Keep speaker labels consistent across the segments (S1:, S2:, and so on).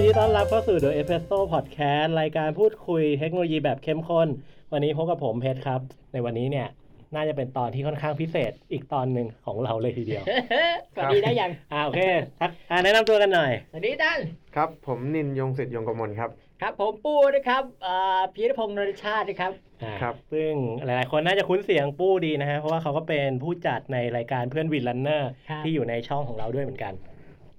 S1: ดีต้อนรับเข้าสู่ The Espresso Podcast รายการพูดคุยเทคโนโลยีแบบเข้มข้น วันนี้พบกับผมเพชรครับ ในวันนี้เนี่ย น่าจะเป็นตอนที่ค่อนข้างพิเศษอีกตอนหนึ่งของเราเลยทีเดี ยว
S2: สวัสดีได้ยัง
S1: อ่าโอเคทักอ่าแนะนำตัวกันหน่อย
S2: สวัสดีท่าน
S3: ครับ ผมนินยงสิทธิ์ยงกมลครับ
S2: ครับ ผมปูนะครับอ่าพีรพงศ์นรชาตินะครับ
S1: อ่า
S3: ครับ
S1: ซึ่งหลายๆ คนน่าจะคุ้นเสียงปู้ดีนะฮะ เพราะว่าเขาก็เป็นผู้จัดในรายการเพื่อนวินลันเนอร์
S2: ครับ
S1: ที่อยู่ในช่องของเราด้วยเหมือนกัน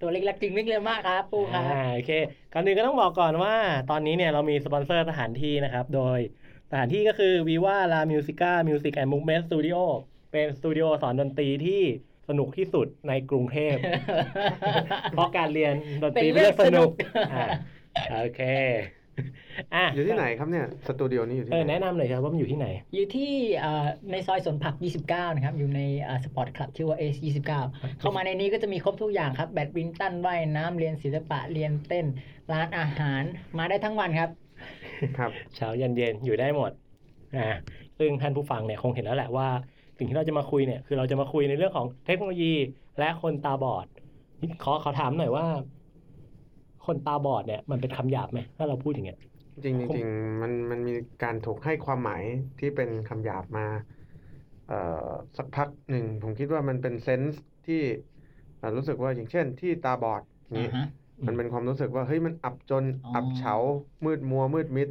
S2: ตัวเล็กๆจริงวิ่งเร็วมากครับ ปูครับ
S1: อ่าโอเคก่อนอื่นก็ต้องบอกก่อนว่า ตอนนี้เนี่ยเรามีสปอนเซอร์สถานที่นะครับ โดยสถานที่ก็คือ Viva La Musica Music and Movement Studio เป็นสตูดิโอสอนดนตรีที่สนุกที่สุดในกรุงเทพ เพราะการเรียนดนตรี
S2: เป็
S1: เป็น
S2: นเรื่
S1: เรื่อ
S2: อง ง
S1: ส
S2: สนุ
S1: นุก
S2: ก
S1: อ่าโอเคอ่ะ
S3: อยู่ที่ไหนครับเนี่ย สตูดิโอนี้อยู่ที่
S1: เออ
S3: ไหน
S1: แนะนำหน่อยครับว่ามันอยู่ที่ไหน
S2: อยู่ที่อ่าในซอยสวนผัก 29 นะครับ อยู่ในอ่าสปอร์ตคลับชื่อว่า S 29 เข้ามาในนี้ก็จะมีครบทุกอย่างครับ แบดมินตันว่ายน้ำเรียนศิลปะเรียนเต้น ร้านอาหารมาได้ทั้งวันครับ
S3: ครับ
S1: เช้าเย็นเย็นอยู่ได้หมดอ่าซึ่งท่านผู้ฟังเนี่ยคงเห็นแล้วแหละว่า สิ่งที่เราจะมาคุยเนี่ยคือเราจะมาคุยในเรื่องของเทคโนโลยีและคนตาบอด ขอขอถามหน่อยว่า คนตาบอดเนี่ยมันเป็นคำหยาบไหมถ้าเราพูดอย่างเงี้ย
S3: จริง
S1: ผม
S3: ๆจริงๆมันมันมีการถกให้ความหมายที่เป็นคำหยาบมาเอ่อสักพักหนึ่ง ผมคิดว่ามันเป็นเซนส์ที่เอ่อรู้สึกว่าอย่างเช่นที่ตาบอดนี่มันเป็นความรู้สึกว่าเฮ้ยมันอับจน
S2: อ๋ออั
S3: อับเฉา มืดมัว มืดมิด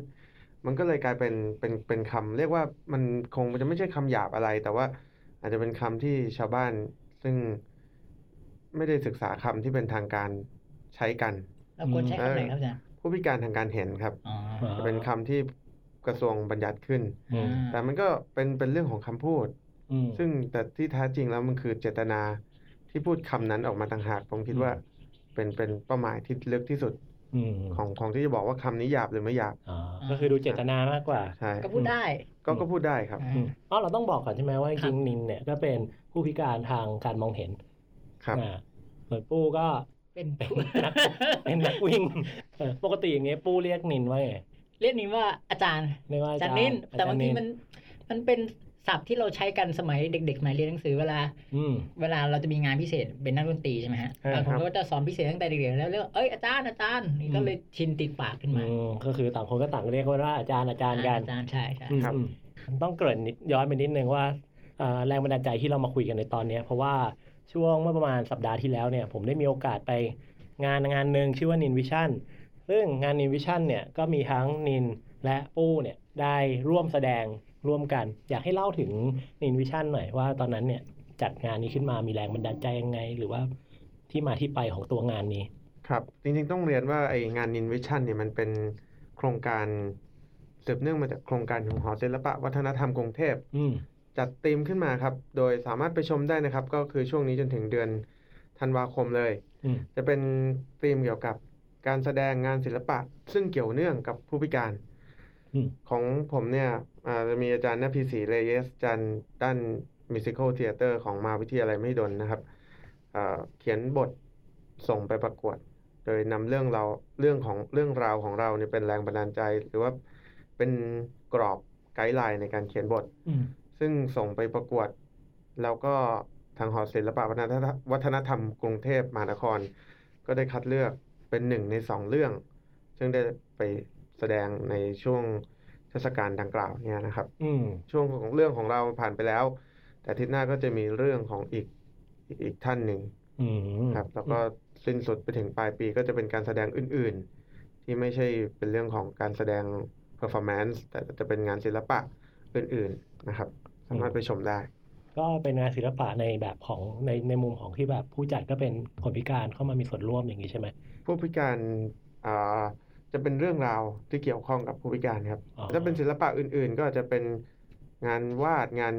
S3: มันก็เลยกลายเป็นเป็นเป็นคำเรียกว่ามันคงจะไม่ใช่คำหยาบอะไร แต่ว่าอาจจะเป็นคำที่ชาวบ้านซึ่งไม่ได้ศึกษาคำที่เป็นทางการใช้กัน
S2: เราควรใช้คำไหนครับอาจารย์
S3: ผู้พิการทางการเห็นครับ
S2: อ๋อ
S3: จะเป็นคำที่กระทรวงบัญญัติขึ้น
S1: อืม
S3: แต่มันก็เป็นเป็นเรื่องของคำพูด
S1: อืม
S3: ซึ่งแต่ที่แท้จริงแล้วมันคือเจตนาที่พูดคำนั้นออกมาต่างหากผมคิด
S1: อืม
S3: ว่าเป็นเป็นเป้าหมายที่ลึกที่สุด
S1: อืม
S3: ของของที่จะบอกว่าคำนี้หยาบหรือไม่หยาบ
S1: อ๋อก็คือดูเจตนามากกว่า
S3: ใช่
S2: ก็พูดได้
S3: ก็ก็พูดได้ครับ
S2: อ่า
S1: อืมอ๋อเราต้องบอกก่อนใช่ไหมว่าจ
S2: ครั
S1: ริ
S2: บ
S1: งๆนินเนี่ยก็เป็นผู้พิการทางการมองเห็น
S3: ครับ
S1: อ่าส่วนปู้ก็
S2: เป็น
S1: เป็น เป็นนักวิ่งเออปกติอย่างเงี้ยปู้เรียกนินว่าไง
S2: เรียกนี้ว่าอาจารย์
S1: เรียกว่า
S2: อาจารย์นิน
S1: อจรย์
S2: แต่บางที
S1: อจรย์
S2: มันมันเป็นศัพท์ที่เราใช้กันสมัยเด็กๆสมัยเรียนหนังสือเวลา
S1: อืม
S2: เวลาเราจะมีงานพิเศษเป็นนักดนตรีใช่ไหมฮะ
S1: ใช่ครับ
S2: บางคนก็จะสอนพิเศษตั้งแต่เด็กๆแล้วเรียกว่าเอ้ยอาจารย์อาจารย์นี่ก็
S1: อืม
S2: เลยชินติดปากขึ้น
S1: อื
S2: มาม
S1: ก็คือต่างคนก็ต่างเรียกว่าอาจารย์อาจารย์กัน
S2: อาจารย์ใช่ใช่
S1: อืม
S3: ครับ
S1: อืมต้องเกริ่นนิดย้อนไปนิดนึงว่าเอ่อแรงบันดาลใจที่เรามาคุยกันในตอนเนี้ยเพราะว่าช่วงเมื่อประมาณสัปดาห์ที่แล้วเนี่ย ผมได้มีโอกาสไปงานงานหนึ่งชื่อว่านินวิชั่นซึ่งงานนินวิชั่นเนี่ยก็มีทั้งนินและปู้เนี่ยได้ร่วมแสดงร่วมกัน อยากให้เล่าถึงนินวิชั่นหน่อยว่าตอนนั้นเนี่ยจัดงานนี้ขึ้นมามีแรงบันดาลใจยังไง หรือว่าที่มาที่ไปของตัวงานนี้
S3: ครับ จริงๆต้องเรียนว่าไองานนินวิชั่นเนี่ยมันเป็นโครงการสืบเนื่องมาจากโครงการของหอศิลปะวัฒนธรรมกรุงเทพ
S1: อืม
S3: จัดธีมขึ้นมาครับ โดยสามารถไปชมได้นะครับ ก็คือช่วงนี้จนถึงเดือนธันวาคมเลย
S1: อืม
S3: จะเป็นธีมเกี่ยวกับการแสดงงานศิลปะ ซึ่งเกี่ยวเนื่องกับผู้พิการ
S1: อืม
S3: ของผมเนี่ยอ่าจะมีอาจารย์นพีศรีเลเยสอาจารย์ด้านมิวสิควลเทเตอร์ของมหาวิทยาลัยมหิดลนะครับอ่าเขียนบทส่งไปประกวด โดยนำเรื่องเราเรื่องของเรื่องราวของเราเนี่ยเป็นแรงบันดาลใจ หรือว่าเป็นกรอบไกด์ไลน์ในการเขียนบท
S1: อืม
S3: ซึ่งส่งไปประกวด แล้วก็ทางหอศิลปะวัฒนธรรมวัฒนธรรมกรุงเทพมหานคร ก็ได้คัดเลือกเป็นหนึ่งในสองเรื่อง ซึ่งได้ไปแสดงในช่วงเทศกาลดังกล่าวเนี่ยนะครับ
S1: อืม
S3: ช่วงของเรื่องของเราผ่านไปแล้ว แต่อาทิศหน้าก็จะมีเรื่องของอีกอีกอีกท่านหนึ่ง
S1: อืม
S3: ครับ แล้วก็สิ้นสุดไปถึงปลายปีก็จะเป็นการแสดงอื่น ๆ ที่ไม่ใช่เป็นเรื่องของการแสดง performance แต่จะเป็นงานศิลปะอื่น ๆนะครับ สามารถไปชมได้
S1: ก็เป็นงานศิลปะในแบบของในในมุมของที่แบบผู้จัดก็เป็นคนพิการเข้ามามีส่วนร่วมอย่างนี้ใช่ไหม
S3: ผู้พิการอ่าจะเป็นเรื่องราวที่เกี่ยวข้องกับผู้พิการครับ
S1: อ๋อ
S3: ถ้าเป็นศิลปะอื่น ๆ ก็อาจจะเป็นงานวาดงาน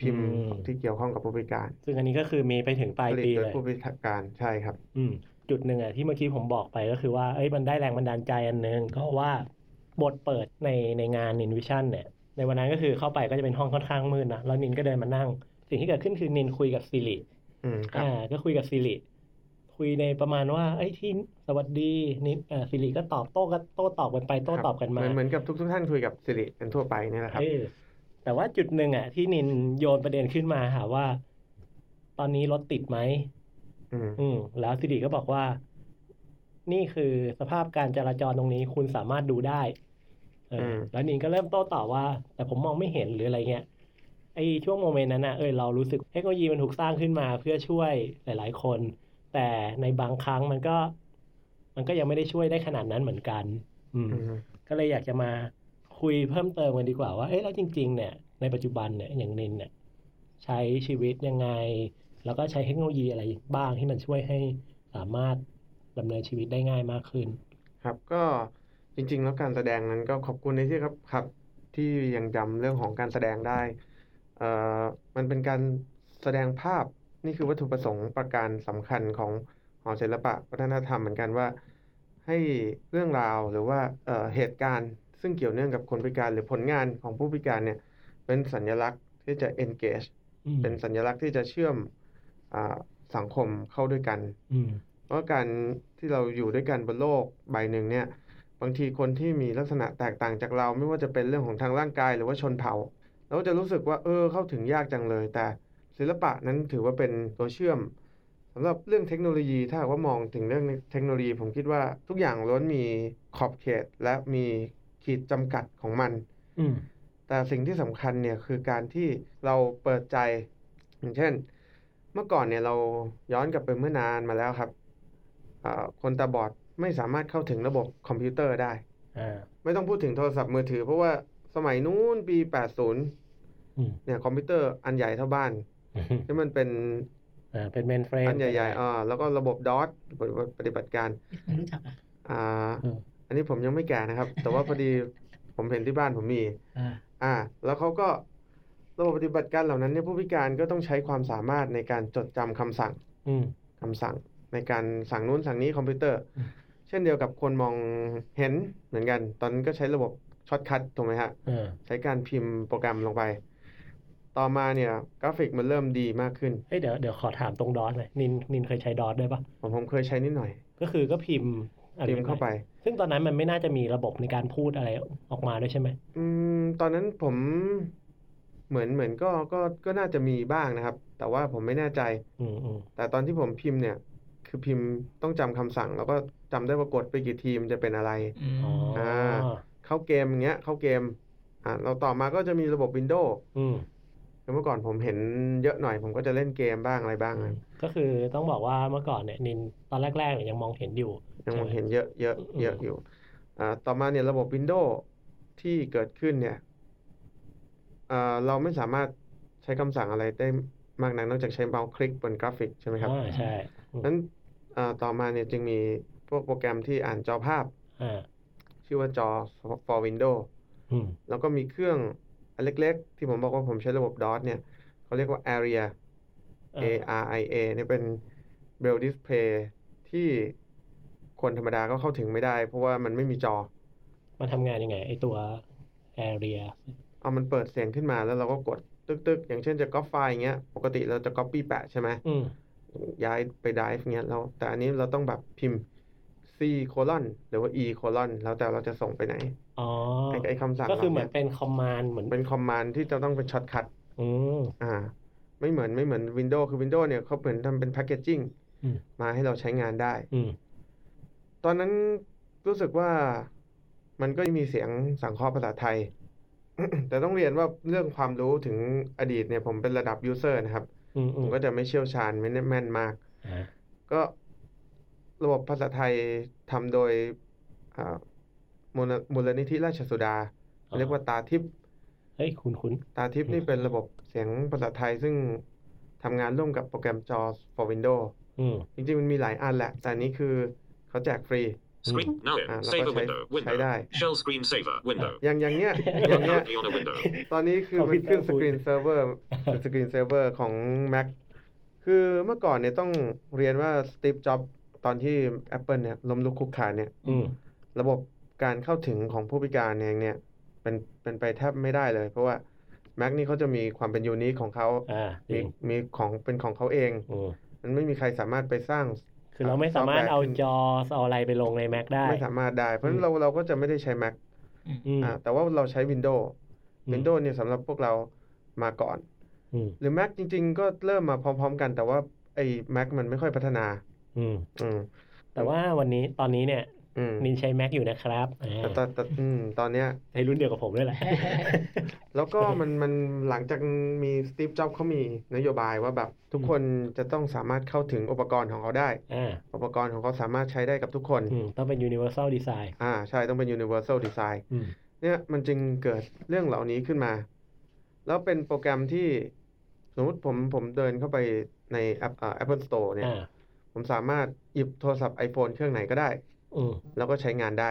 S3: พิมพ์
S1: อืม
S3: ที่เกี่ยวข้องกับผู้พิการ
S1: ซึ่งอันนี้ก็คือมีไปถึงปลาย
S3: ผลิต
S1: ปี
S3: โดย
S1: เลย
S3: ผู้พิการใช่ครับ
S1: อืมจุดหนึ่งอ่ะที่เมื่อกี้ผมบอกไปก็คือว่าเอ้ยมันได้แรงบันดาลใจอันหนึงก็ว่าบทเปิดในในงานนินวิชั่นเนี่ย ในวันนั้นก็คือเข้าไปก็จะเป็นห้องค่อนข้างมืดนะแล้วนินก็เดินมานั่ง สิ่งที่เกิดขึ้นคือนินคุยกับซิริ
S3: อืมครับ
S1: อ่าก็คุยกับซิริคุยในประมาณว่าเอ้ยที่สวัสดีนินอ่าซิริก็ตอบโต้กันโต้ตอบกันไปโต้ตอบกันมา
S3: เหมือนเหมือนกับทุก ๆ ท่านคุยกับสิริกันทั่วไปเนี่ยแหละครับ
S1: เออแต่ว่าจุดหนึ่งอ่ะ ที่นินโยนประเด็นขึ้นมาหาว่า ตอนนี้รถติดไหม
S3: อืม
S1: อืม แล้วสิริก็บอกว่า นี่คือสภาพการจราจรตรงนี้คุณสามารถดูได้เอออ
S3: ม
S1: แล้วนินก็เริ่มโต้ตอบว่า แต่ผมมองไม่เห็นหรืออะไรเงี้ยไอ้ช่วงโมเมนต์นั้นนะเออเรารู้สึกเทคโนโลยีมันถูกสร้างขึ้นมาเพื่อช่วยหลาย ๆ คน แต่ในบางครั้งมันก็ มันก็ยังไม่ได้ช่วยได้ขนาดนั้นเหมือนกัน อืม
S3: อืม
S1: ก็เลยอยากจะมาคุยเพิ่มเติมกันดีกว่าว่า เอ๊ะแล้วจริง ๆ เนี่ย ในปัจจุบันเนี่ย อย่างนินเนี่ย ใช้ชีวิตยังไง แล้วก็ใช้เทคโนโลยีอะไรบ้างที่มันช่วยให้สามารถดำเนินชีวิตได้ง่ายมากขึ้น
S3: ครับก็จริง ๆ แล้วการแสดงนั้นก็ขอบคุณในที่ครับครับที่ยังจำเรื่องของการแสดงได้เอ่อมันเป็นการแสดงภาพนี่คือวัตถุประสงค์ประการสำคัญของหอศิลปะวัฒนธรรมเหมือนกันว่า ให้เรื่องราวหรือว่าเอ่อเหตุการณ์ซึ่งเกี่ยวเนื่องกับคนพิการหรือผลงานของผู้พิการเนี่ยเป็นสัญลักษณ์ที่จะ engage
S1: อืม
S3: เป็นสัญลักษณ์ที่จะเชื่อมอ่าสังคมเข้าด้วยกัน
S1: อืม
S3: เพราะการที่เราอยู่ด้วยกันบนโลกใบหนึ่งเนี่ย บางทีคนที่มีลักษณะแตกต่างจากเรา ไม่ว่าจะเป็นเรื่องของทางร่างกายหรือว่าชนเผ่า เราก็จะรู้สึกว่าเออเข้าถึงยากจังเลย แต่ศิลปะนั้นถือว่าเป็นตัวเชื่อมสำหรับเรื่องเทคโนโลยีถ้าหากว่ามองถึงเรื่องเทคโนโลยี ผมคิดว่าทุกอย่างล้วนมีขอบเขตและมีขีดจำกัดของมัน
S1: อืม
S3: แต่สิ่งที่สำคัญเนี่ยคือการที่เราเปิดใจ อย่างเช่น เมื่อก่อนเนี่ยเราย้อนกลับไปเมื่อนานมาแล้วครับเอ่อคนตาบอดไม่สามารถเข้าถึงระบบคอมพิวเตอร์ได้
S1: อ่า
S3: ไม่ต้องพูดถึงโทรศัพท์มือถือ เพราะว่าสมัยนู้นปี
S1: อ
S3: 80
S1: ืม
S3: เนี่ยคอมพิวเตอร์อันใหญ่เท่าบ้าน ที่มันเป็น
S1: อ่า เป็นเมนเฟรม
S3: อันใหญ่ๆเออแล้วก็ระบบดอทปฏิบัติการ
S2: ไม่รู้จักอ่ะ
S3: อ่า
S1: อืม
S3: อันนี้ผมยังไม่แก่นะครับ แต่ว่าพอดีผมเห็นที่บ้านผมมี
S2: อ่า
S3: อ่าแล้วเขาก็ระบบปฏิบัติการเหล่านั้นเนี่ยผู้พิการก็ต้องใช้ความสามารถในการจดจำคำสั่ง
S1: อืม
S3: คำสั่ง ในการสั่งนู้นสั่งนี้คอมพิวเตอร์
S1: อืม
S3: เช่นเดียวกับคนมองเห็นเหมือนกัน ตอนนั้นก็ใช้ระบบช็อตคัทถูกไหมฮะ
S1: อ่า
S3: ใช้การพิมพ์โปรแกรมลงไป ต่อมาเนี่ยกราฟิกมันเริ่มดีมากขึ้น
S1: เฮ้ยเดี๋ยวเดี๋ยวขอถามตรงดอทหน่อยนินนินเคยใช้ดอทได้วยปะ
S3: ผมผมเคยใช้นิดหน่อย
S1: ก็คือก็พิมพ์อะไร
S3: พิมพ์เข้าไป
S1: ซึ่งตอนนั้นมันไม่น่าจะมีระบบในการพูดอะไรออกมาด้วยใช่ไหม
S3: อืมตอนนั้นผมเหมือนเหมือนก็ก็ก็น่าจะมีบ้างนะครับ แต่ว่าผมไม่แน่ใจ
S1: อืมอืม
S3: แต่ตอนที่ผมพิมพ์เนี่ย คือพิมพ์ต้องจำคำสั่ง แล้วก็จำได้ว่ากดไปกี่ทีมนจะเป็นอะไร
S2: อืม
S1: อ๋ออา
S3: เข้าเกมอย่างเงี้ย เข้าเกมอ่าเราต่อมาก็จะมีระบบ Windows
S1: อืม
S3: เมื่อก่อนผมเห็นเยอะหน่อย ผมก็จะเล่นเกมบ้างอะไรบ้างนะ
S1: ก็คือต้องบอกว่าเมื่อก่อนเนี่ยนินตอนแรกๆเนี่ยยังมองเห็นอยู่
S3: ยังมองเห็นเยอะเยอะ
S1: อืม
S3: เยอะอยู่อ่าต่อมาเนี่ยระบบ Windows ที่เกิดขึ้นเนี่ยอ่าเราไม่สามารถใช้คำสั่งอะไรได้มากนักนอกจากใช้เมาส์คลิกบนกราฟิกใช่ไหมครับ
S1: อ่าใช่
S3: นั้นอ่าต่อมาเนี่ยจึงมีพวกโปรแกรมที่อ่านจอภาพ
S1: อ่า
S3: ชื่อว่าจอ for window
S1: อืม
S3: แล้วก็มีเครื่องอันเล็กๆ ที่ผมบอกว่าผมใช้ระบบ DOS เนี่ยเขาเรียกว่า Area
S1: เอ่
S3: A
S1: อ
S3: R I A เนี่ยเป็น Braille Display ที่คนธรรมดาก็เข้าถึงไม่ได้ เพราะว่ามันไม่มีจอ
S1: มันทำงานยังไง ไอตัว area
S3: เอามันเปิดเสียงขึ้นมาแล้วเราก็กดตึกๆ อย่างเช่นจะ copy ไฟล์อย่างเงี้ย ปกติเราจะ copy แปะใช่ไหม
S1: อืม
S3: ย้ายไป drive เงี้ยเราแต่อันนี้เราต้องแบบพิมพ์ C โคลอนหรือว่า E โคลอนแล้วแต่เราจะส่งไปไหน
S1: อ๋อ
S3: ไอ้ไอ้คำสั่ง
S1: ก็คือ
S3: รา
S1: เหมือ
S3: เนี่
S1: ย นเป็น command เหมือน
S3: เป็นคอมมานด์ที่จะต้องเป็นช็อตคัท
S1: อืม
S3: อ่าไม่เหมือนไม่เหมือน Windows คือ Windows เนี่ยเขาเหมือนทำเป็นแพ c เกจจิ้ง
S1: อืม
S3: มาให้เราใช้งานได้
S1: อืม
S3: ตอนนั้นรู้สึกว่ามันก็ยังมีเสียงสังเคราะห์ภาษาไทย แต่ต้องเรียนว่าเรื่องความรู้ถึงอดีตเนี่ยผมเป็นระดับ user นะครับ
S1: อืม
S3: ผ
S1: อื
S3: ม
S1: ม
S3: ก็จะไม่เชี่ยวชาญไม่ได้แม่นมาก
S1: อ่า
S3: ก็ระบบภาษาไทยทำโดยอ่ามูลมูลนิธิราชสุดา เรียกว่าตาทิพย์
S1: เฮ้ยคุณคุณ
S3: ตาทิพย์นี่เป็นระบบเสียงภาษาไทยซึ่งทำงานร่วมกับโปรแกรม JAWS for Windows
S1: อื ม
S3: จริงๆ มันมีหลายอันแหละ แต่อันนี้คือเขาแจกฟรี
S4: Screen now
S3: อ่า
S4: in
S3: แล้วก็
S4: saver
S3: ใช้
S4: window
S3: ใช้
S4: window
S3: ได้
S4: shell screen saver window
S3: อย่างอย่างเนี้ย อย่างเนี้ย
S4: currently on a window
S3: ตอนนี้คือมันขึ้นสกรีนเซิร์ฟเวอร์สกรีนเซิร์ฟเวอร์ของ Mac คือเมื่อก่อนเนี่ยต้องเรียนว่าสตีฟจ็อบตอนที่ Apple เนี่ยล้มลุกคลุกคลานเนี่ย
S1: อืม
S3: ระบบการเข้าถึงของผู้พิการเนี่ยเนี่ยเป็นเป็นไปแทบไม่ได้เลย เพราะว่า Mac นี่เขาจะมีความเป็นยูนิคของเขา
S1: อ่าจ
S3: มี
S1: ริง
S3: มีของเป็นของเขาเอง
S1: อืม
S3: มันไม่มีใครสามารถไปสร้าง
S1: คือเราไม่สามารถเอา
S3: ซอฟต์แวร์
S1: จอเอาอะไรไปลงใน Mac ได้
S3: ไม่สามารถได้ เพราะฉะนั้
S1: อืม
S3: นเราเราก็จะไม่ได้ใช้ Mac
S1: อืม
S3: อ่าแต่ว่าเราใช้ Windows
S1: อืม
S3: Windows เนี่ยสำหรับพวกเรามาก่อน
S1: อืม
S3: หรือ Mac จริง ๆ ก็เริ่มมาพร้อม ๆ กัน แต่ว่าไอ้ Mac มันไม่ค่อยพัฒนา
S1: อืม
S3: อืม
S1: แต่ว่าวันนี้ตอนนี้เนี่ย
S3: อืม
S1: นินใช้แม็กอยู่นะครับอ่า
S3: แต่แต่แต่อืมตอนเนี้ย
S1: ในรุ่นเดียวกับผม ด้วยแหละ
S3: แล้วก็มันมันหลังจากมีสตีฟจ็อบเขามีนโยบายว่าแบบทุกคนจะต้องสามารถเข้าถึงอุปกรณ์ของเขาได้
S1: อ่า
S3: อุปกรณ์ของเขาสามารถใช้ได้กับทุกคน
S1: อืมต้องเป็น universal design
S3: อ่าใช่ต้องเป็น universal design
S1: อืม
S3: เนี่ยมันจึงเกิดเรื่องเหล่านี้ขึ้นมา แล้วเป็นโปรแกรมที่สมมติผมผมเดินเข้าไปใน App อ่า Apple Store เนี่ย
S1: อ่า
S3: ผมสามารถหยิบโทรศัพท์ iPhone เครื่องไหนก็ได้
S1: อืม
S3: แล้วก็ใช้งานได้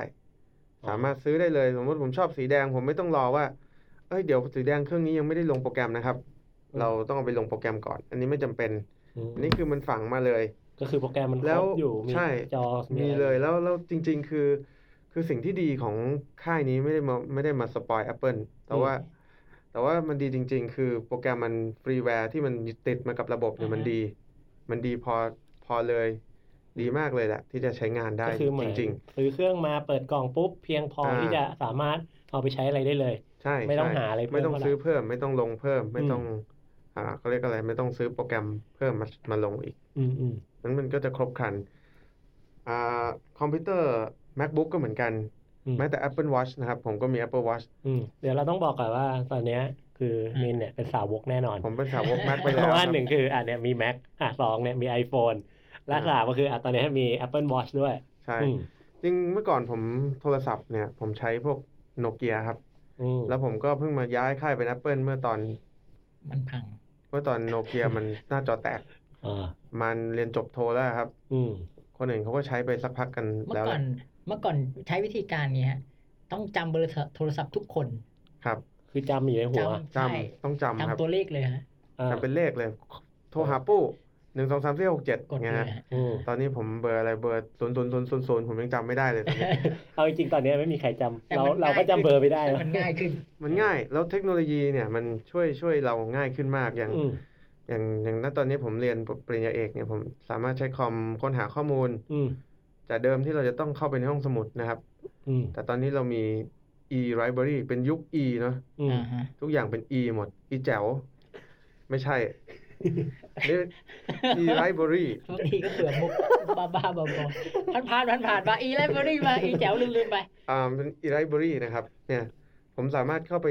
S1: อ๋อ
S3: สามารถซื้อได้เลย สมมติผมชอบสีแดง ผมไม่ต้องรอว่า เอ้ยเดี๋ยวสีแดงเครื่องนี้ยังไม่ได้ลงโปรแกรมนะครับ เราต้องเอาไปลงโปรแกรมก่อน อันนี้ไม่จำเป็น
S1: อืม
S3: อันนี้คือมันฝังมาเลย
S1: ก็คือโปรแกรมมันค
S3: แล้
S1: ร
S3: ว
S1: บอยู่มี
S3: ใช่
S1: จอ
S3: มี
S1: อะไร
S3: เลยแล้วแล้วจริง ๆ คือ คือสิ่งที่ดีของค่ายนี้ไม่ได้มาไม่ได้มาสปอย Apple แต่ว่า แต่ว่ามันดีจริง ๆ คือโปรแกรมมันฟรีแวร์ที่มันติดมากับระบบเนี่ย
S2: อ่าฮะ
S3: มันดี มันดีพอพอเลย ดีมากเลยแหละ ที่จะใช้งานได้
S1: ก็คือเหมื
S3: จ
S1: อน
S3: ริง
S1: ซื้อเครื่องมาเปิดกล่องปุ๊บ เพียงพออา ที่จะสามารถเอาไปใช้อะไรได้เลย
S3: ๆ ใช่
S1: ไม่ต้อง
S3: ใช่
S1: หาอะไรเพิ่ม
S3: ไม่ต้อง
S1: เท่าไหร่
S3: ซื้อเพิ่ม ไม่ต้องลงเพิ่ม ไม่
S1: อืม
S3: ต้อง อ่าเขาเรียกอะไร ไม่ต้องซื้อโปรแกรมเพิ่มมามาลงอีก
S1: อืมอืม
S3: นั้นมันก็จะครบครันอ่าคอมพิวเตอร์ MacBook ก็เหมือนกัน
S1: อืม
S3: แม้แต่ Apple Watch นะครับ ผมก็มี Apple Watch
S1: อืมเดี๋ยวเราต้องบอกก่อนว่าตอนเนี้ยคือมินเนี่ยเป็นสาวกแน่นอน
S3: ผมเป็นสาวก Mac ไป
S1: เพ
S3: แล้ว
S1: ราะว่า
S3: ครับ
S1: หนึ่งคืออ่ะเนี่ยมี Mac อ่ะสองเนี่ยมี iPhone และ
S3: อ่า
S1: สามก็คืออ่ะตอนเนี้ยมี Apple Watch ด้วย
S3: ใช่
S1: อืม
S3: จริงเมื่อก่อนผมโทรศัพท์เนี่ย ผมใช้พวกโนเกียครับ
S1: อืม
S3: แล้วผมก็เพิ่งมาย้ายค่ายเป็น Apple เมื่อตอน
S2: มันพัง
S3: เมื่อตอนโนเกียมันหน้าจอแตก
S1: อ่า
S3: มันเรียนจบโทแล้วครับ
S1: อืม
S3: คนอื่นเขาก็ใช้ไปสักพักกัน
S2: เมื่อ
S3: แล้ว
S2: ก่
S3: แห
S2: อน
S3: ละ
S2: เมื่อก่อนใช้วิธีการนี้ฮะต้องจำเบอร์โทรศัพท์ทุกคน
S3: ครับ
S1: คือจำอยู่ในหัว
S2: จำใช่
S3: จำต้องจำครับ
S2: จำตัวเลขเลยฮะ
S1: อ่า
S3: จำเป็นเลขเลย โทรหาปู้หนึ่งสองสามสี่หกเจ็ด
S2: กด
S3: เงี้
S2: เลย ย
S3: ฮะ
S2: ฮะ
S1: อืม
S3: ตอนนี้ผมเบอร์อะไรเบอร์ศูนย์ศูนย์ศูนย์ศูนย์ศูนย์ผมยังจำไม่ได้เลยตอนนี้
S1: เอาจริงๆตอนเนี้ยไม่มีใครจำ
S2: แต่
S1: เรา
S2: มัน
S1: เราก็จำ
S2: ง่ายขึ้น
S1: เบอร์ไม่ได้
S2: แต่
S1: แล้ว
S2: มันง่ายขึ้น
S3: มันง่ายแล้วเทคโนโลยีเนี่ยมันช่วยช่วยเราง่ายขึ้นมากอย่าง
S1: อืม
S3: อย่างอย่างณตอนนี้ผมเรียนปริญญาเอกเนี่ยผมสามารถใช้คอมค้นหาข้อมูล
S1: อืม
S3: จากเดิมที่เราจะต้องเข้าไปในห้องสมุดนะครับ
S1: อืม
S3: แต่ตอนนี้เรามี e library เป็นยุค e เนาะ
S1: อืม
S2: อ่าฮะ
S3: ทุกอย่างเป็น e หมด e แจ๋วไม่ใช่นี่ e library
S2: บางทีก็เผื่อมุกบ้าบ้าๆบอๆผ่านผ่านผ่านผ่านๆมาอีไลบรี่มาอีแจ๋วลืมลืมๆไป
S3: อ่าเป็น e library นะครับ เนี่ยผมสามารถเข้าไป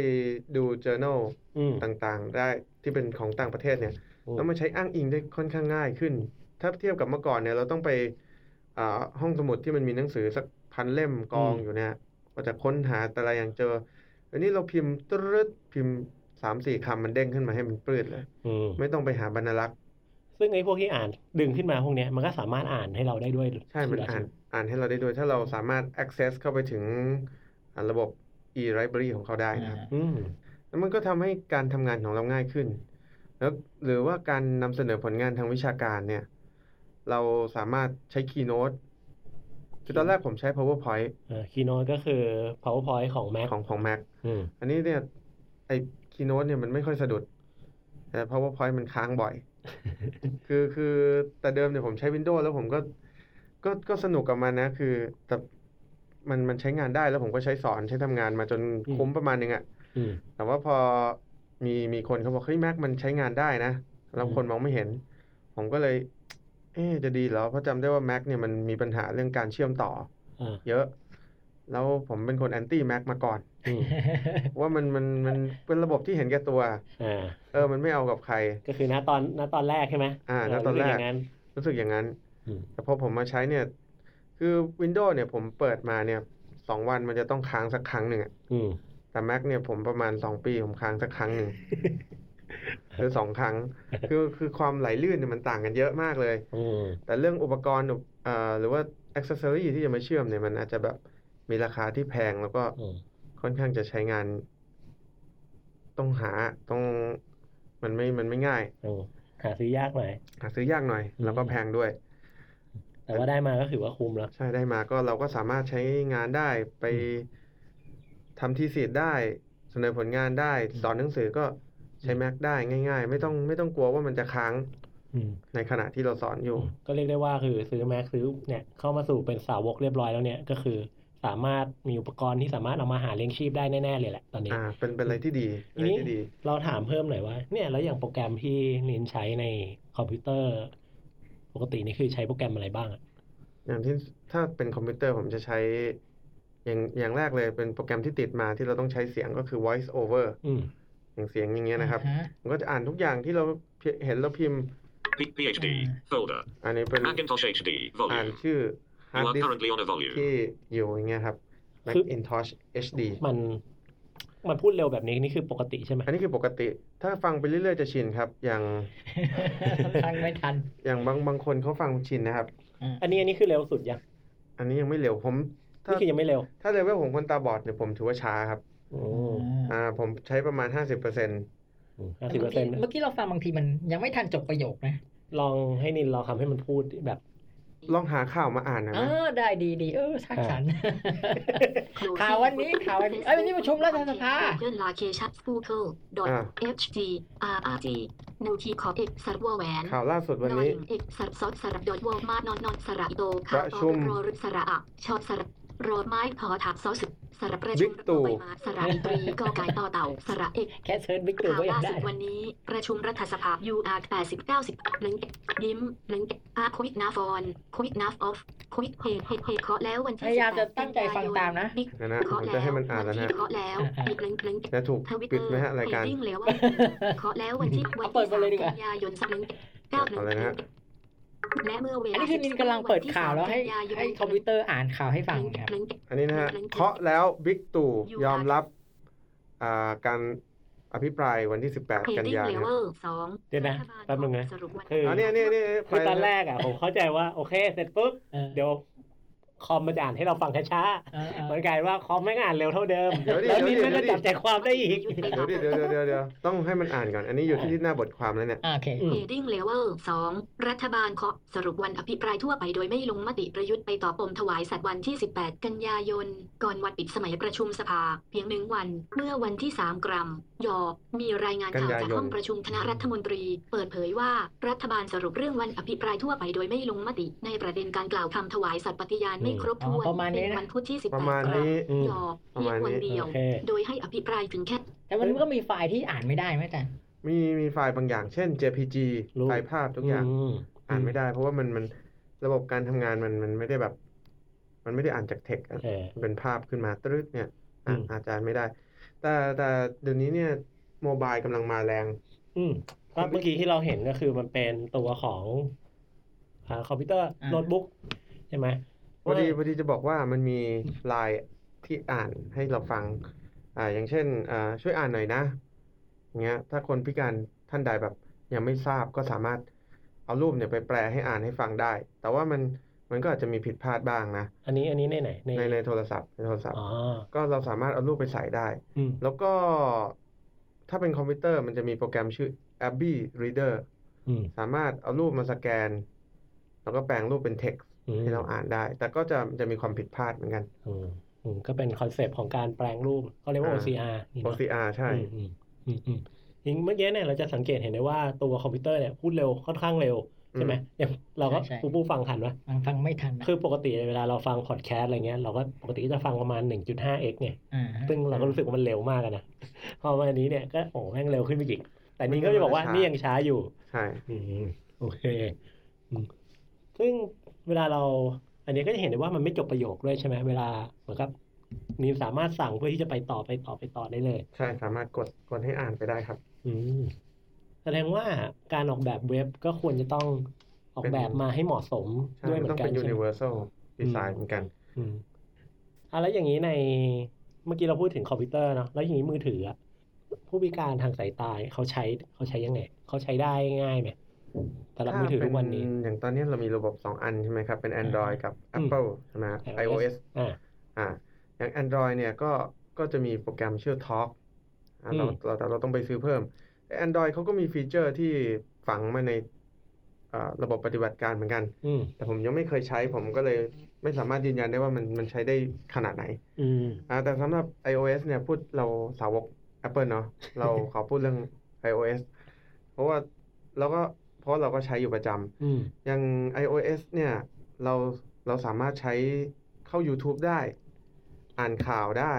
S3: ดู journal
S1: อืม
S3: ต่างๆ ได้ที่เป็นของต่างประเทศเนี่ย
S1: โอ้
S3: แล้วมันใช้อ้างอิงได้ค่อนข้างง่ายขึ้น ถ้าเทียบกับเมื่อก่อนเนี่ยเราต้องไปอ่าห้องสมุดที่มันมีหนังสือสักพันเล่มกองอยู่เนี่ยก็จะค้นหาแต่ละอย่างเจออันนี้เราพิมพ์ตรึดพิมพ์สามสี่คำมันเด้งขึ้นมาให้มันปลื้ดเลย
S1: อืม
S3: ไม่ต้องไปหาบรรณลักษณ์
S1: ซึ่งไอ้พวกที่อ่านดึงขึ้นมาพวกเนี้ยมันก็สามารถอ่านให้เราได้ด้วย
S3: ใช่มันอ่านอ่านให้เราได้ด้วย ถ้าเราสามารถ access เข้าไปถึงอ่าระบบ e library ของเขาได้นะครับ
S1: อืม
S3: แล้วมันก็ทำให้การทำงานของเราง่ายขึ้น แล้วหรือว่าการนำเสนอผลงานทางวิชาการเนี่ย เราสามารถใช้ Keynote คือตอนแรกผมใช้ PowerPoint
S1: คีโนก็คือ PowerPoint ของ Mac
S3: ของของ Mac
S1: อืม
S3: อันนี้เนี่ยไอ้ Keynote เนี่ยมันไม่ค่อยสะดุด แต่ PowerPoint มันค้าง บ่อย คือคือแต่เดิมเนี่ยผมใช้ Windows แล้วผมก็ก็ก็สนุกกับมันนะ คือแต่มันมันใช้งานได้แล้วผมก็ใช้สอนใช้ทำงานมาจนคุ้มประมาณนึงอะ
S1: อืม
S3: แต่ว่าพอมีมีคนเขาบอกเฮ้ยแม็กมันใช้งานได้นะแล้วคนมองไม่เห็น ผมก็เลย เอ๊ะจะดีเหรอเพราะจำได้ว่าแม็กเนี่ยมันมีปัญหาเรื่องการเชื่อมต่อ
S1: อ่า
S3: เยอะ แล้วผมเป็นคนแอนตี้แม็กมาก่อน
S1: อืม
S3: ว่ามันมันมันเป็นระบบที่เห็นแก่ตัว
S1: อ่า
S3: เออมันไม่เอากับใคร
S1: ก็คือณตอนณตอนแรกใช่ไหม
S3: อ่า
S1: เ
S3: ณตอนแร
S1: สึ
S3: ก
S1: ย่างนั้น
S3: รู้สึกอย่างนั้น
S1: อืม
S3: แต่พอผมมาใช้เนี่ย คือ Windows เนี่ยผมเปิดมาเนี่ยสองวันมันจะต้องค้างสักครั้งหนึ่งอะ
S1: อืม
S3: แต่แม็กเนี่ยผมประมาณสองปีผมค้างสักครั้งห นึ่ง หรือสองครั้ง คือคือความไหลลื่นเนี่ยมันต่างกันเยอะมากเลย
S1: อืม
S3: แต่เรื่องอุปกรณ์เอ่อหรือว่าอ็อกเซอรีที่จะมาเชื่อมเนี่ยมันอาจจะแบบมีราคาที่แพงแล้วก็
S1: อืม
S3: ค่อนข้างจะใช้งาน ต้องหาต้องมันไม่มันไม่ง่าย
S1: อืมหาซื้อยากหน่อย
S3: หาซื้อยากหน่อย
S1: อืม
S3: แล้วก็แพงด้วย
S1: แต่ว่าได้มาก็ถือว่าคุ้มแล้ว
S3: ใช่ได้มาก็เราก็สามารถใช้งานได้ไปทำทีสิทธ์ได้เสนอผลงานได้สอนหนังสือก็ใช้แม็กได้ง่าย ๆ ไม่ต้องไม่ต้องกลัวว่ามันจะค้าง
S1: อืม
S3: ในขณะที่เราสอนอยู่
S1: ก็เรียกได้ว่าคือซื้อแม็กซื้อเนี่ยเข้ามาสู่เป็นสาวกเรียบร้อยแล้วเนี่ย ก็คือสามารถมีอุปกรณ์ที่สามารถเอามาหาเลี้ยงชีพได้แน่ๆเลยแหละตอนนี้
S3: อ่า เป็นเป็นอะไรที่ดี
S1: ที
S3: อะไร
S1: นี้
S3: ที่ดี
S1: เราถามเพิ่มหน่อยว่า เนี่ยแล้วอย่างโปรแกรมที่นินใช้ในคอมพิวเตอร์ ปกตินี่คือใช้โปรแกรมอะไรบ้างอะ
S3: อย่างที่ถ้าเป็นคอมพิวเตอร์ผมจะใช้ อย่างอย่างแรกเลยเป็นโปรแกรมที่ติดมาที่เราต้องใช้เสียงก็คือ voice over
S1: อืม
S3: อย่างเสียงอย่างเงี้ยนะครับ
S2: อ่าฮ
S3: ผมก็จะอ่านทุกอย่างที่เราเห็นเราพิมพ์
S4: P- PhD folder
S3: อันนี้เป็น
S4: Macintosh HD
S3: อ่าน
S4: volume.
S3: ชื่อ hard
S4: You are
S3: disk
S4: currently on a volume.
S3: ที่อยู่อย่างเงี้ยครับ
S1: คือ
S3: Macintosh HD
S1: มัน มันพูดเร็วแบบนี้นี่คือปกติใช่ไหม
S3: อันนี้คือปกติ ถ้าฟังไปเรื่อยๆจะชินครับ อย่าง
S2: ฟังไม่ทัน
S3: อย่างบางบางคนเขาฟังชินนะครับ
S2: อ่า
S1: อันนี้อันนี้คือเร็วสุดยัง
S3: อันนี้ยังไม่เร็วผมถ้า
S1: นี่คือยังไม่เร็ว
S3: ถ้าเลเวลผมคนตาบอดเนี่ยผมถือว่าช้าครับ
S1: โอ้
S3: อ่า ผมใช้ประมาณ 50%
S1: ห้าสิบเปอร์เซ็นต์
S2: เมื่อกี้เราฟังบางทีมันยังไม่ทันจบประโยคนะ
S1: ลองให้นินลองทำให้มันพูดแบบ
S3: ลองหาข่าวมาอ่านหนะ
S2: อ๋อ
S3: นะ
S2: ได้ดีดีเออสร้างสรรค์ ข่า
S5: ข่าว ว
S2: วั
S5: วัน น
S2: นี้
S5: นี้
S2: ข่า
S5: ข่าว ว
S2: วั
S5: วัน น
S2: นี้
S5: นี้
S2: เอ้ยวั
S5: เอ้ยวัน น
S2: นี้
S5: นี้
S2: ป
S5: ประ ระ
S2: ชุ
S5: ชุ
S2: ม
S5: ม
S2: รัฐ
S5: รัฐ
S2: ส
S5: ส
S2: ภา
S5: ภา google.html.location.google.html.new key of x สับวัวแหวน
S3: ข่าวล่าสุดวันนี้
S5: นอน x สับซอสสระดอดวัวมานอนนอนสระโต
S3: ประชุม
S5: รอรึสระอะชอบสระรอไม้พอถักซอสสระประ
S3: บิ๊
S5: ชุม
S3: กตู่
S5: ใบไม้สระอีตรีกอไก่ต่อเต่าสระเอก
S2: แค่เซิร์ชบิ๊กตู่
S5: ข่าว
S2: ก็อยาก
S5: ล่า
S2: ได้
S5: สุดวันนี้ประชุมรัฐสภา UR 80 90ลิงยิ้มลิงอาควิกนาฟอนควิกนาฟออฟควิกเพย์เพย์เพย์เคาะแล้ววันที่
S2: พยายามจะตั้งใจฟังตามนะ
S5: บิ๊ก
S3: นะนะผมจะให้มันอ่านแล้วนะ
S5: ที่เคาะแล้วบิ๊กลิงลิง
S3: จะถูก
S5: ทวิตเต
S3: ปิ
S5: อ
S3: ด
S5: ร์
S3: ไหมฮะรายการ
S5: วิ่งเร็ว เคาะแล้ววันที่วัน
S2: เปิด
S5: ที่
S2: มาเลยดีกว่า
S5: กันยายนสักลิงเก้าลิง
S3: เอาเลยนะฮะ
S5: และเมื่อเวลา
S2: อันนี้คือนินกำลังเปิดข่าวแล้วให้ให้คอมพิวเตอร์อ่านข่าวให้ฟัง
S5: ลิง
S2: ครับ
S5: ลิง
S3: อันนี้นะฮะ
S5: ลิงก์
S3: เคาะแล้วบิ๊กตู่
S5: อยู่
S3: ยอมรับ อ่าการอภิปรายวันที่
S5: เพ
S3: 18
S5: จ
S3: กัน
S5: ดิ้ง
S3: ยาย
S5: เล
S3: นนะ
S5: เวลสอง
S1: เดี๋ยวนะแป๊บนึงนะ
S5: สรุปวัน
S1: คือ
S3: อันนี้อันนี้อันนี้ไป
S1: คือตอน
S3: นะ
S1: แรกอ่ะผมเข้าใจว่าโอเค เสร็จปุ๊บ
S2: เออ
S1: เดี๋ยวคอมมาอ่านให้เราฟังช้า
S2: เออเอ
S1: ๆ
S2: อ
S1: มันกลายว่าคอมไม่อ่านเร็วเท่าเดิม
S3: เดี๋ยวดิ
S1: แล้วนิน
S3: เดี๋
S1: ไม่
S3: ยวดิ
S1: ก็จับใจความได้อีก
S5: เดี๋ยวดิ
S3: เดี๋ยวดิเดี๋ยวเดี๋ยวเดี๋ยวเดี๋ยวต้องให้มันอ่านก่อน อันนี้อยู่ที่
S2: อ่า
S3: ที่หน้าบทความแล้วเนี่ย
S2: อ่าโอเค
S1: อืม
S5: เ e ด d ิ้งเลเวล2รัฐบาลเคาะสรุปวันอภิปรายทั่วไปโดยไม่ลงมติประยุทธ์ไปต่อปมถวายสัตว์วันที่ 18 กันยายน ก่อนวันปิดสมัยประชุมสภา เพียงหนึ่งวัน เมื่อวันที่ 3 กรัม ยอ มีรายงานข่าว
S3: กันยายน
S5: จากห้องประชุมคณะรัฐมนตรี เปิดเผยว่ารัฐบาลสรุปเรื่องวันอภิปรายทั่วไปโดยไม่ลงมติ ในประเด็นการกล่าวคำถวายสัตย์ปฏิญาณไม่ครบถ้วน
S2: อ๋อประมาณนี้นะ
S5: เป็วันพุธที่ 18
S3: ประมาณ
S5: กรัม
S3: นี้
S1: อืม
S5: ยอ
S3: ประ
S5: เพีย
S3: มาณ
S5: ง
S3: นี้
S5: วันเดียว
S1: โอเค
S5: โดยให้อภิปรายถึงแค่
S2: แต่มันก็มีไฟล์ที่อ่านไม่ได้ไหมอาจารย์
S3: มีมีไฟล์บางอย่าง เช่น JPG
S1: รู้
S3: ไฟล์ภาพทุกอย่าง
S1: ม
S3: อ่านไม่ได้ เพราะว่ามันมันระบบการทำงานมันมันไม่ได้แบบ มันไม่ได้อ่านจากเทคอะ
S1: เออ
S3: มันเป็นภาพขึ้นมาตรึดเนี่ยอ่าน
S1: อืม
S3: อาจารย์ไม่ได้ แต่แต่เดี๋ยวนี้เนี่ยโมบายกำลังมาแรง
S1: อืมก็เมื่อกี้ที่เราเห็นก็คือมันเป็นตัวของอ่าคอมพิวเตอร์
S2: อ่า
S1: โน้ตบุ๊กใช่ไหม
S3: พอดีพอดีจะบอกว่ามันมีไลน์ที่อ่านให้เราฟัง อ่า อย่างเช่นอ่าช่วยอ่านหน่อยนะอย่างเงี้ย ถ้าคนพิการท่านใดแบบยังไม่ทราบก็สามารถเอารูปเนี่ยไปแปลให้อ่านให้ฟังได้ แต่ว่ามันมันก็อาจจะมีผิดพลาดบ้างนะ
S1: อันนี้อันนี้ในไหนใน
S3: ในในโทรศัพท์ในโทรศัพท์
S1: อ๋อ
S3: ก็เราสามารถเอารูปไปใส่ได้
S1: อืม
S3: แล้วก็ถ้าเป็นคอมพิวเตอร์มันจะมีโปรแกรมชื่อ Abby Reader
S1: อืม
S3: สามารถเอารูปมาสแกน แล้วก็แปลงรูปเป็น text
S1: อืม
S3: ให้เราอ่านได้ แต่ก็จะจะมีความผิดพลาดเหมือนกัน
S1: อืมอืมก็เป็นคอนเซปต์ของการแปลงรูปเขาเรียกว่า
S3: อ่า
S1: OCR นี่เนอะ
S3: OCR ใช่
S1: อืมอืมอืมอืมเมื่อกี้เนี่ยเราจะสังเกตเห็นได้ว่าตัวคอมพิวเตอร์เนี่ยพูดเร็วค่อนข้างเร็วใช่ไหมอย่างเราก็
S2: ใช่ใช่
S1: ผู้ผู้ฟังทันวะ
S2: ฟังฟังไม่ทันนะ
S1: คือปกติเวลาเราฟังพอดแคสต์อะไรเงี้ยเราก็ปกติก็จะฟังประมาณ 1.5x เนี่ย
S2: อ่า
S1: ซึ่งเราก็รู้สึกว่ามันเร็วมากอะ นะ พอมาอันนี้เนี่ยก็โอ้แม่งเร็วขึ้นไปอีก แต่นี่ก็จะบอกว่า
S3: มันก็ช้านี่
S1: นี่ยังช้าอยู่
S3: ใช่
S1: อืมโอเคอืมซึ่งเวลาเรา อันนี้ก็จะเห็นได้ว่ามันไม่จบประโยคด้วยใช่ไหมเวลาเหมือนกับนีมสามารถสั่งเพื่อที่จะไปต่อไปต่อไปต่อได้เลย
S3: ใช่สามารถกดกดให้อ่านไปได้ครับ
S1: อืมแสดงว่าการออกแบบเว็บก็ควรจะต้องออกแบบมาให้เหมาะสม
S3: ใช่
S1: ด้วยเห
S3: มั
S1: มื
S3: น
S1: อกั
S3: ต้อน งเป็น
S1: นใช่ไหม
S3: universal
S1: อื
S3: design
S1: ม
S3: เหมือนกัน
S1: อืมอ่ะแล้วอย่างนี้ในเมื่อกี้เราพูดถึงคอมพิวเตอร์เนาะแล้วอย่างนี้มือถืออะผู้พิการทางสายตาเขาใช้เขาใช้ยังไงเขาใช้ได้ง่ายไหมสำหรับมือถือทุกวันนี้
S3: ถ้าเป็อย่างตอนนี้เรามีระบบ 2 อันใช่ไหมครับ เป็น Android กับ Apple ใช่ไหมครับ
S1: iOS
S3: iOS
S1: อ่า
S3: อ่าอย่าง Android เนี่ยก็ก็จะมีโปรแกรมชื่อ Talk อ่าเรา
S1: อืม
S3: เราเราต้องไปซื้อเพิ่มแต่ Android เขาก็มีฟีเจอร์ที่ฝังมาในอ่าระบบปฏิบัติการเหมือนกัน
S1: อืม
S3: แต่ผมยังไม่เคยใช้ ผมก็เลยไม่สามารถยืนยันได้ว่ามันมันใช้ได้ขนาดไหน
S1: อืม
S3: อ่าแต่สำหรับ iOS เนี่ยพูดเราสาวก Apple เนาะ เราขอพูดเรื่อง iOS เพราะว่าเราก็เพราะเราก็ใช้อยู่ประจ
S1: อืม
S3: ำอย่าง iOS เนี่ยเราเราสามารถใช้เข้า YouTube ได้ อ่านข่าวได้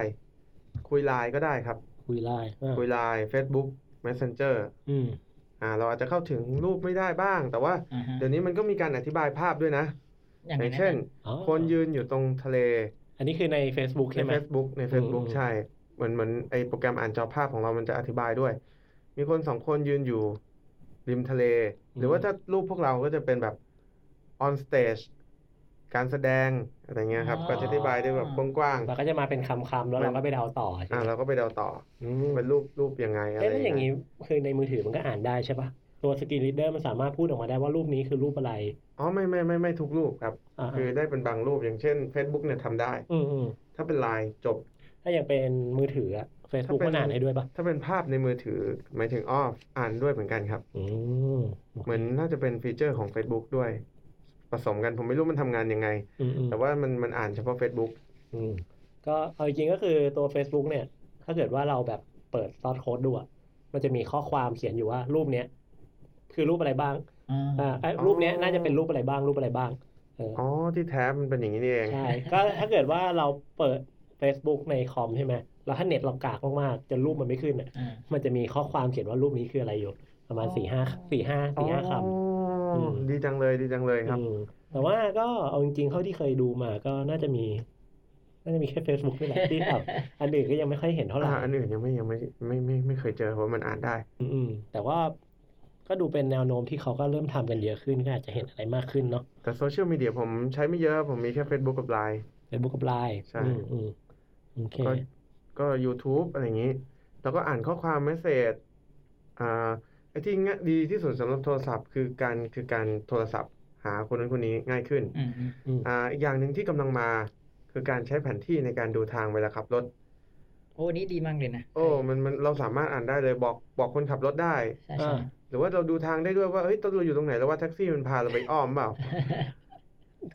S3: คุยไลน์ก็ได้ครับ
S1: คุยไลน์อ่า
S3: คุยไลน์ Facebook Messenger
S1: อืม
S3: อ่าเราอาจจะเข้าถึงรูปไม่ได้บ้าง แต่ว่า
S2: อ่าฮะ
S3: เดี๋ยวนี้มันก็มีการอธิบายภาพด้วยนะ
S2: อย่าง
S3: อ
S2: ไร
S3: ย่างเช่น
S1: อ๋อ
S3: คนยืนอยู่ตรงทะเล
S1: อันนี้คือใน Facebook
S3: ใน
S1: ใช่ไหม
S3: Facebook ใน Facebook
S1: อืม
S3: ใช่เหมือนเหมือนไอโปรแกรมอ่านจอภาพของเรามันจะอธิบายด้วย มีคนสองคนยืนอยู่ริมทะเล หรือว่าถ้ารูปพวกเราก็จะเป็นแบบ on stage การแสดงอะไรเงี้ยครับ ก็จะอธิบายได้แบบกว้าง
S1: เราก็จะมาเป็นคำๆแล้วเราก็ไปเดาต่อใช่
S3: ๆอ่า
S1: ไหม
S3: เราก็ไปเดาต่อ
S1: อืม
S3: เป็นรูปรูปยังไงอะไร
S1: เอ๊ะแล้วอย่าง
S3: เงี้
S1: นี้
S3: ย
S1: คือในมือถือมันก็อ่านได้ใช่ปะตัวสกรีนรีดเดอร์มันสามารถพูดออกมาได้ว่ารูปนี้คือรูปอะไร
S3: อ๋อไม่ไม่ไม่ไม่ทุกรูปครับ
S1: อ่า
S3: คือได้เป็นบางรูปอย่างเช่น Facebook เนี่ยทำได้
S1: อืมอืม
S3: ถ้าเป็นไลน์จบ
S1: ถ้าอย่างเป็นมือถืออะ Facebook
S3: ถ้าเป็
S1: มัน นอ่านให้ด้วยปะ
S3: ถ้าเป็นภาพในมือถือหมายถึงอ้ออ่านด้วยเหมือนกันครับ
S1: อืม
S3: เหมือนน่าจะเป็นฟีเจอร์ของ Facebook ด้วย ผสมกันผมไม่รู้มันทำงานยังไง
S1: อืมอืม
S3: แต่ว่ามันมันอ่านเฉพาะ Facebook
S1: อืมก็เอาจริงๆก็คือตัว Facebook เนี่ย ถ้าเกิดว่าเราแบบเปิดซอสโค้ดดูอะมันจะมีข้อความเขียนอยู่ว่ารูปเนี้ยคือรูปอะไรบ้าง
S2: อ่า
S1: อ่าเอ้ยรูปเนี้ยน่าจะเป็นรูปอะไรบ้างรูปอะไรบ้างเออ
S3: อ๋อที่แท้มันเป็นอย่างนี้นี่เอง
S1: ใช่ ก็ถ้าเกิดว่าเราเปิด Facebook ในคอมใช่ไหมแล้วถ้าเน็ตเรากากมากๆจนรูปมันไม่ขึ้นอะ
S2: อ่า
S1: มันจะมีข้อความเขียนว่ารูปนี้คืออะไรอยู่ ประมาณ
S2: อ๋อ
S1: สี่ห้าสี่ห้า
S3: อ๋อ
S1: สี่ห้าคำ อืม
S3: ดีจังเลยดีจังเลยครับ
S1: อืมแต่ว่าก็เอาจริงๆเท่าที่เคยดูมาก็น่าจะมี น่าจะมีแค่ Facebook นี่แห ละที่แบบอันอื่นก็ยังไม่ค่อยเห็นเท่าไหร่
S3: อ่าอันอื่นยังไม่ยังไม่ไม่ไม่ไม่เคยเจอเพราะมันอ่านได้
S1: อืมแต่ว่าก็ดูเป็นแนวโน้มที่เขาก็เริ่มทำกันเยอะขึ้นก็อาจจะเห็นอะไรมากขึ้นเนาะ
S3: แต่โซเชียลมีเดียผมใช้ไม่เยอะ ผมมีแค่ Facebook กับ Line
S1: เฟซบุ๊กกับไลน์
S3: ใช่
S1: อืมอืมโอเค
S3: ก็ก็ YouTube อะไรอย่างนี้ แล้วก็อ่านข้อความเมสเซจอ่าไอ้ที่ง่ายดีที่สุดสำหรับโทรศัพท์ คือการคือการโทรศัพท์ หาคนนั้นคนนี้ง่ายขึ้น
S2: อืมอืม
S1: อืม
S3: อ่าอีกอย่างหนึ่งที่กำลังมาคือการใช้แผนที่ในการดูทางเวลาขับรถ
S2: โอ้นี่ดีมากเลยนะ
S3: โอ้มันมันเราสามารถอ่านได้เลยบอกบอกคนขับรถได้
S2: ใช่ใช่
S3: หรือว่าเราดูทางได้ด้วยว่าเฮ้ยตำรวจอยู่ตรงไหนแล้วว่าแท็กซี่มันพาเราไปอ้อมเปล่า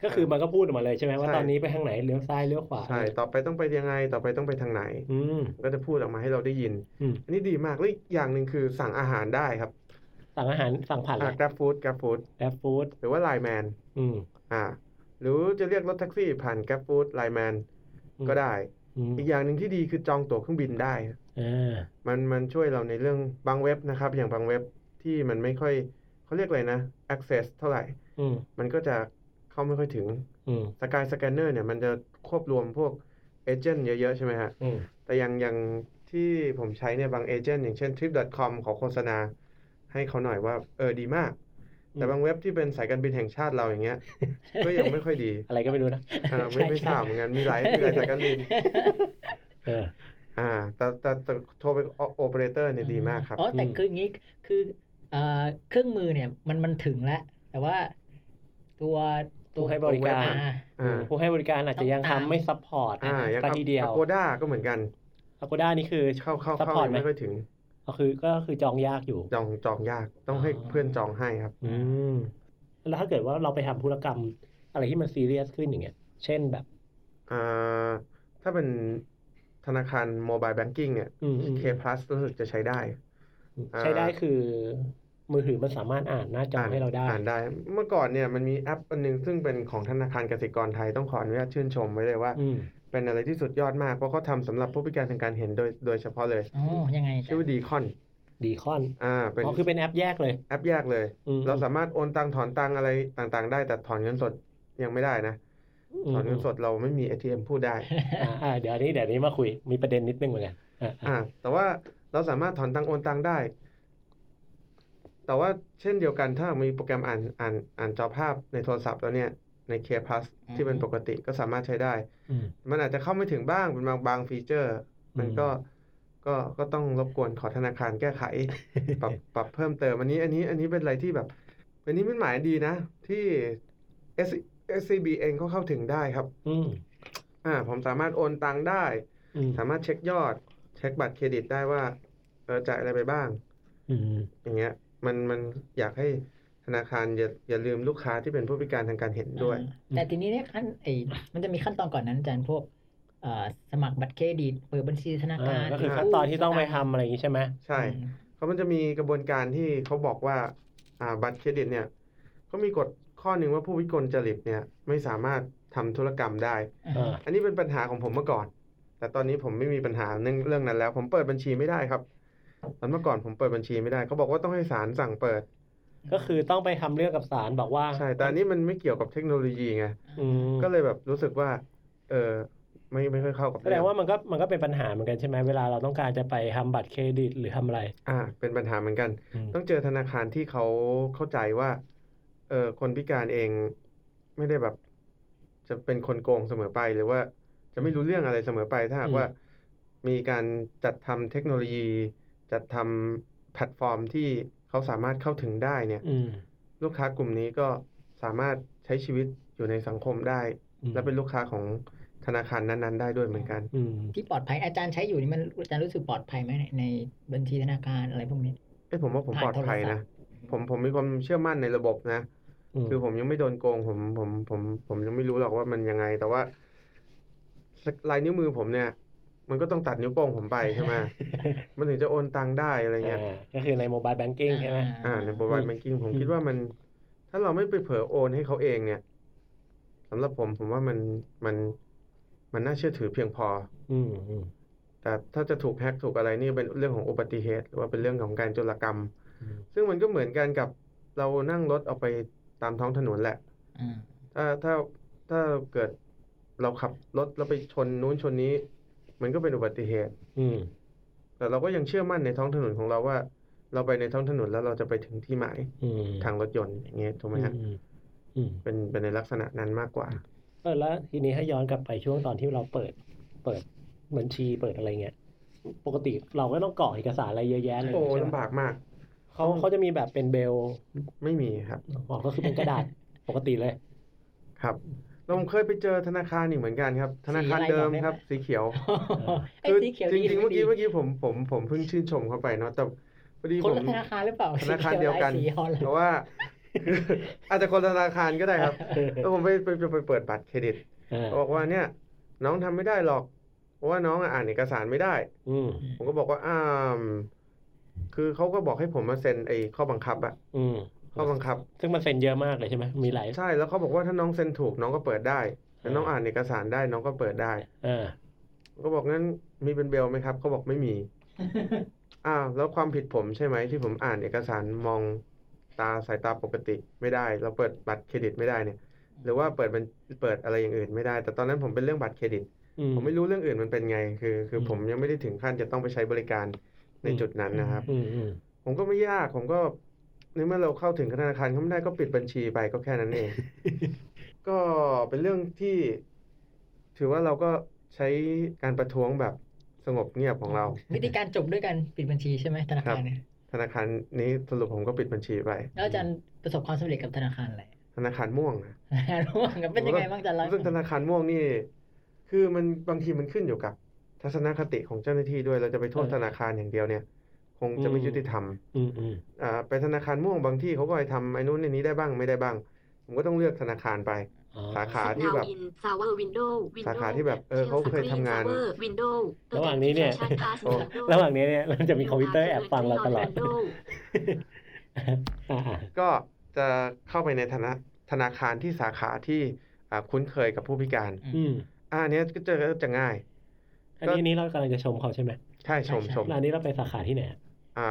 S1: ก็คือมันก็พูดออกมาเลยใช่ไหมว่า
S3: ใช่
S1: ตอนนี้ไปทางไหนเลี้ยวซ้ายเลี้ยวขวา
S3: ใช่ต่อไปต้องไปยังไง ต่อไปต้องไปทางไหน
S1: อืม
S3: ก็จะพูดออกมาให้เราได้ยิน
S1: อืม
S3: อันนี้ดีมากแล้วอีกอย่างหนึ่งคือสั่งอาหารได้ครับ
S1: สั่งอาหารสั่งผ่าน
S3: อ่า grab food grab food
S1: แอปฟู้ด
S3: หรือว่า line man
S1: อืม
S3: อ่า หรือจะเรียกรถแท็กซี่ผ่าน grab food line man ก็ได้
S1: อืม
S3: อีกอย่างหนึ่งที่ดีคือจองตั๋วเครื่องบินได้
S1: อ่า
S3: มันมันช่วยเราในเรื่องบางเว็บนะครับ อย่างบางเว็บที่มันไม่ค่อยเขาเรียกอะไรนะ access เท่าไหร่
S1: อืม
S3: มันก็จะเข้าไม่ค่อยถึง
S1: อืม
S3: Sky Scanner เนี่ยมันจะควบรวมพวกเอเจนต์เยอะๆ ใช่ไหมฮะ
S1: อืม
S3: แต่อย่างอย่างที่ผมใช้เนี่ยบางเอเจนต์อย่างเช่น trip.com ขอโฆษณา ให้เขาหน่อยว่า เออดีมาก แต่บางเว็บที่เป็นสายการบินแห่งชาติเราอย่างเงี้ ย ก็ยังไม่ค่อยดี
S1: อะไรก็ไม่รู้นะ
S3: อ่าไม่ไม่ทราบเหมือนกันมีหลายมีหลายสายการบิน
S1: เออ
S3: อ่าแต่แต่แต่โทรไปโอเปอเรเตอร์เนี่ยดีมากครับ
S2: อ๋อแต่
S1: อืม
S2: คืออย่างงี้คือเอ่อเครื่องมือเนี่ยมันมันถึงแล้ว แต่ว่าตัว
S1: ผู้ให้บริการ
S2: อ่
S3: อ่า
S1: ผู้ให้บริการอาจจะยังทำไม่ซัพพอร์ต
S3: อ่าอย่าง
S1: ซะทีเดียว
S3: โกด้าก็เหมือนกัน
S1: อากูด้านี่คือ
S3: เข้าเข้า
S1: ซัพ
S3: เข้า
S1: พอร์ต
S3: ยัง
S1: ไหม
S3: ไม่ค่อยถึง
S1: ก็คือก็คือจองยากอยู่
S3: จองจองยากต้องให้
S2: อ๋อ
S3: เพื่อนจองให้ครับ
S1: อืมแล้วถ้าเกิดว่าเราไปทำธุรกรรมอะไรที่มันซีเรียสขึ้นอย่างเงี้ย เช่นแบบ
S3: อ่า ถ้าเป็นธนาคารโมบายแบงกิ้งเนี่ย
S1: อืมอืม
S3: K Plus รู้สึกจะใช้ได้ อ่า
S1: ใช้ได้คือ มือถือมันสามารถอ่านหน้าจอให้เราได้
S3: อ่านได้ เมื่อก่อนเนี่ยมันมีแอปอันหนึงซึ่งเป็นของธนาคารกสิกรไทยต้องขออนุญาตชื่นชมไว้เลยว่า
S1: อืม
S3: เป็นอะไรที่สุดยอดมาก เพราะเขาทำสำหรับผู้พิการทางการเห็นโดยโดยเฉพาะเลย
S2: อ๋อยังไงจ๊ะ
S3: ชื่อว่าดีคอน
S1: ดีคอน
S3: อ่าเป็น
S1: อ๋อคือเป็นแอปแยกเลย
S3: แอปแยกเลย
S1: อืม
S3: เราสามารถโอนตังถอนตังอะไรต่างๆ ได้แต่ถอนเงินสดยังไม่ได้นะถอนเงินสดเราไม่มี ATM พูดได้
S1: อ่าอ่าเดี๋ยวอันนี้เดี๋ยวอันนี้มาคุย มีประเด็นนิดนึงเหมือนกันอ่าอ่า
S3: อ่าแต่ว่าเราสามารถถอนตังโอนตังได้ แต่ว่าเช่นเดียวกันถ้ามีโปรแกรมอ่านอ่านอ่านจอภาพในโทรศัพท์แล้วเนี่ยใน K Plus ที่เป็นปกติก็สามารถใช้ได้
S1: อืม
S3: มันอาจจะเข้าไม่ถึงบ้างเป็นบางบางฟีเจอร์ มันก็ก็ก็ต้องรบกวนขอธนาคารแก้ไข ปรับปรับเพิ่มเติมอันนี้อันนี้อันนี้เป็นอะไรที่แบบอันนี้เป็นหมายดีนะ ที่ S SCB เองก็เข้าถึงได้ครับ
S1: อืม
S3: อ่า ผมสามารถโอนตังได้
S1: อืม
S3: สามารถเช็คยอด เช็คบัตรเครดิตได้ว่าเออจ่ายอะไรไปบ้าง
S1: อืม
S3: อย่างเงี้ยมันมันอยากให้ธนาคารอย่าอย่าลืมลูกค้าที่เป็นผู้พิการทางการเห็นด้วย
S2: อ่าแต่ทีนี้เนี่ยขั้นไอ้มันจะมีขั้นตอนก่อนนั้นอาจารย์พวกเอ่อสมัครบัตรเครดิตเปิดบัญชีธนา
S1: อ่า
S2: คาร
S1: ก็คือขั้นตอนที่ต้องไปทำอะไรอย่างงี้ใช่ไหม
S3: ใช่
S2: อืม
S3: เขาะมันจะมีกระบวนการที่เขาบอกว่าอ่าบัตรเครดิตเนี่ยเขามีกฎข้อหนึ่งว่าผู้วิกลจริตเนี่ยไม่สามารถทำธุรกรรมได้
S1: อ่า
S3: อันนี้เป็นปัญหาของผมเมื่อก่อน แต่ตอนนี้ผมไม่มีปัญหาเรื่องเรื่องนั้นแล้ว ผมเปิดบัญชีไม่ได้ครับตอนเมื่อก่อนผมเปิดบัญชีไม่ได้เขาบอกว่าต้องให้ศาลสั่งเปิด
S1: ก็คือต้องไปทำเรื่องกับศาลบอกว่า
S3: ใช่แต่อันนี้มันไม่เกี่ยวกับเทคโนโลยีไง
S1: อืม
S3: ก็เลยแบบรู้สึกว่า เออไม่ไม่ค่อยเข้ากับ
S1: แสดงว่ามันก็มันก็เป็นปัญหาเหมือนกันใช่ไหมเวลาเราต้องการจะไปทำบัตรเครดิตหรือทำอะไร
S3: อ่า เป็นปัญหาเหมือนกัน
S1: อืม
S3: ต้องเจอธนาคารที่เขาเข้าใจว่า เออคนพิการเองไม่ได้แบบ จะเป็นคนโกงเสมอไปหรือว่าจะไม่รู้เรื่องอะไรเสมอไป ถ้าหา
S1: อื
S3: ก
S1: ม
S3: ว่ามีการจัดทำเทคโนโลยี จัดทำแพลตฟอร์มที่เขาสามารถเข้าถึงได้เนี่ย
S1: อืม
S3: ลูกค้ากลุ่มนี้ก็สามารถใช้ชีวิตอยู่ในสังคมได้
S1: อืม
S3: และเป็นลูกค้าของธนาคารนั้นๆ ได้ด้วยเหมือนกัน
S1: อืม
S2: ที่ปลอดภัยอาจารย์ใช้อยู่นี่มันอาจารย์รู้สึกปลอดภัยไหมในในบัญชีธนาคารอะไรพวกนี้
S3: เอ้ยผมว่าผม
S2: ผ่าน
S3: ปลอดภัย
S2: โทรศัพ
S3: นะ
S2: ท์
S3: ผมผมมีความเชื่อมั่นในระบบนะ
S1: อืม
S3: คือผมยังไม่โดนโกงผมผมผมผมยังไม่รู้หรอกว่ามันยังไง แต่ว่าลายนิ้วมือผมเนี่ย มันก็ต้องตัดนิ้วโป้ง ผมไปใช่ไหม มันถึงจะโอนตังค์ได้อะไรเงี้ย
S1: อ่าก็คือในโมบายแบงกิ้งใช่ไหม
S3: อ่าในบริ a ารแบงกิ้งผมคิดว่ามัน ถ้าเราไม่ไปเผลอโอนให้เขาเองเนี่ยสำหรับผมผมว่ามันมันมันน่าเชื่อถือเพียงพอ
S1: อืมอืม
S3: แต่ถ้าจะถูกแฮ็กถูกอะไรนี่เป็นเรื่องของอุบัติเหตุหรือว่าเป็นเรื่องของการโจรกรรม
S1: อืม
S3: ซึ่งมันก็เหมือนกันกับเรานั่งรถออกไปตามท้องถนนแหละ
S2: อ่า
S3: ถ้าถ้าถ้าเกิดเราขับรถแล้วไปชนนู้นชนนี้ มันก็เป็นอุบัติเหตุ
S1: อืม
S3: แต่เราก็ยังเชื่อมั่นในท้องถนนของเราว่า เราไปในท้องถนนแล้วเราจะไปถึงที่หมาย
S1: อืม
S3: ทางรถยนต์อย่างเงี้ยถูกไหมฮะ
S1: อืมอืม
S3: เป็นเป็นในลักษณะนั้นมากกว่า
S1: เออแล้วทีนี้ถ้าย้อนกลับไปช่วงตอนที่เราเปิด เปิดบัญชีเปิดอะไรเงี้ย ปกติเราก็ต้องกรอกเอกสารอะไรเยอะแยะเลย
S3: โอ้
S1: ใช่ไหม
S3: ลำบากมาก
S1: เขาเขาจะมีแบบเป็นเบล
S3: ไม่มีครับ
S1: ออกก็คือเป็นกระดาษ ปกติเลย
S3: ครับเราเคยไปเจอธนาคารอีกเหมือนกันครับ ธนาคารเดิมครับ สีเขียว
S2: ไอ้สีเขียว
S3: จ
S2: ดีห
S3: ริงๆ
S2: ไ
S3: เมื่อกี้เมื่อกี้ผมผมผมเพิ่งชื่นชมเขาไปเนาะแต่พอดี
S2: คน
S3: ผม
S2: ละธนาคารหรือเปล่า
S3: ธนาคารเดียวกัน
S2: สีขีหลาสีฮอลแลน
S3: แต่
S2: ด์
S3: ว่า อาจจะคนละธนาคารก็ได้ครับแล้วผมไปไปไปไปเปิดบัตรเครดิต
S1: อ่า
S3: เขาบอกว่าเนี่ย น้องทำไม่ได้หรอก เพราะว่าน้องอ่านเอกสารไม่ได้
S1: อืม
S3: ผมก็บอกว่าอ้ามคือเขาก็บอกให้ผมมาเซ็นไอ้ข้อบังคับอะ
S1: อืม
S3: ข้อบังคับ
S1: ซึ่งมันเซ็นเยอะมากเลยใช่ไหมมีหลาย
S3: ใช่แล้วเขาบอกว่าถ้าน้องเซ็นถูกน้องก็เปิดได้แต่น้องอ่านเอกสารได้น้องก็เปิดได้
S1: อ่า
S3: ก็บอกงั้นมีเป็นเบลไหมครับเขาบอกไม่มี อ้าวแล้วความผิดผมใช่ไหมที่ผมอ่านเอกสารมองตาสายตาปกติไม่ได้ เราเปิดบัตรเครดิตไม่ได้เนี่ย หรือว่าเปิดเป็นเปิดอะไรอย่างอื่นไม่ได้ แต่ตอนนั้นผมเป็นเรื่องบัตรเครดิต
S1: อืม
S3: ผมไม่รู้เรื่องอื่นมันเป็นไง คือคืออ
S1: ม
S3: ผมยังไม่ได้ถึงขั้นจะต้องไปใช้บริการใน
S1: อืม
S3: จุดนั้นนะครับ
S1: อืมอืม
S3: ผมก็ไม่ยากผมก็ในเมื่อเราเข้าถึงธนาคารเขาไม่ได้ก็ปิดบัญชีไปก็แค่นั้นเอง ก็เป็นเรื่องที่ ถือว่าเราก็ใช้การประท้วงแบบสงบเงียบของเรา
S2: วิธีการจบด้วยการปิดบัญชีใช่ไหมธนาคารเนี่ย
S3: ธนาคารนี้สรุปผมก็ปิดบัญชีไป
S2: แล้วอาจารย์ประสบความสำเร็จกับธนาคารอะไร
S3: ธนาคารม่วงนะ
S2: ธนาคารร่วมกับเป็นยังไงบ้างอาจารย์เล่าให้
S3: ซึ่งธ
S2: ฟัง
S3: นาคารม่วงนี่ คือมันบางทีมันขึ้นอยู่กับ ทัศนคติของเจ้าหน้าที่ด้วยเราจะไปโทษธนาคารอย่างเดียวเนี่ย คงจะไม่ยุติธรรม
S1: อืมอืม
S3: อ่าไปธนาคารม่วงบางที่เขาก็ไปทำไอ้นู้นไอ้นี้ได้บ้างไม่ได้บ้าง ผมก็ต้องเลือกธนาคารไป
S1: อ๋อ
S3: สาขา
S5: Signal
S3: ที่แบบ
S5: in Tower Window Window
S3: สาขาที่แบบเออเขาเคยทำงาน
S5: Tower Window
S1: ระหว่างนี้เนี่ย
S5: Authentication Pass
S3: โอ้
S5: Window
S1: ระหว่างนี้เนี่ยเราจะมีคอมพิว เตอร์แอบฟังเราตลอด
S5: Window
S1: อ่าอ่า
S3: ก็จะเข้าไปในธนาธนาคารที่สาขาที่อ่าคุ้นเคยกับผู้พิการ
S1: อืม
S3: อ่าอันเนี้ยก็จะก็จะง่าย
S1: อันนี้อันนี้เรากำลังจะชมเขาใช่ไหม
S3: ใช่ชมชม
S1: ร้านนี้เราไปสาขาที่ไหนอะ
S3: อ่า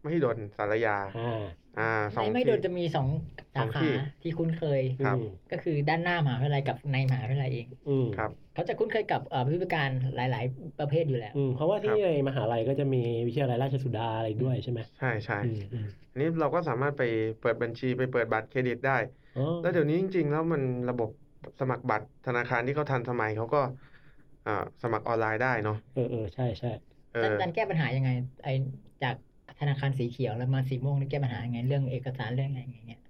S3: ไม่ให้ดนสารยา
S1: อ่า
S3: อ่าสอง
S2: ในไม่โดน
S3: ที่
S2: จะมีสองสา
S3: สองที่
S2: ขาที่คุ้นเคย
S3: ครับ
S1: อืม
S2: ก็คือด้านหน้ามหาวิทยาลัยกับในมหาวิทยาลัยเอง
S1: อืม
S3: ครับ
S2: เขาจะคุ้นเคยกับเอ่อผู้พิการหลาย ๆ ประเภทอยู่แล้ว
S1: อืมเพราะว่าที่ในมหาลัยก็จะมีวิทยาลัยราชสุดาอะไรด้วยใช่ไหม
S3: ใช่ใช่
S1: อืมอืม
S3: อันนี้เราก็สามารถไปเปิดบัญชีไปเปิดบัตรเครดิตได้
S1: อ๋อ
S3: แล้วเดี๋ยวนี้จริง ๆ แล้วมันระบบสมัครบัตรธนาคารที่เขาทันสมัยเขาก็อ่าสมัครออนไลน์ได้เนาะ
S1: เออเออใช่ใช่
S3: เอ
S2: อา
S3: อ
S2: จารย์แก้ปัญหายังไงไอจากธนาคารสีเขียวแล้วมาสีม่วงนี่แก้ปัญหายังไงเรื่องเอกสารเรื่องอะไรอย่างเงี้ย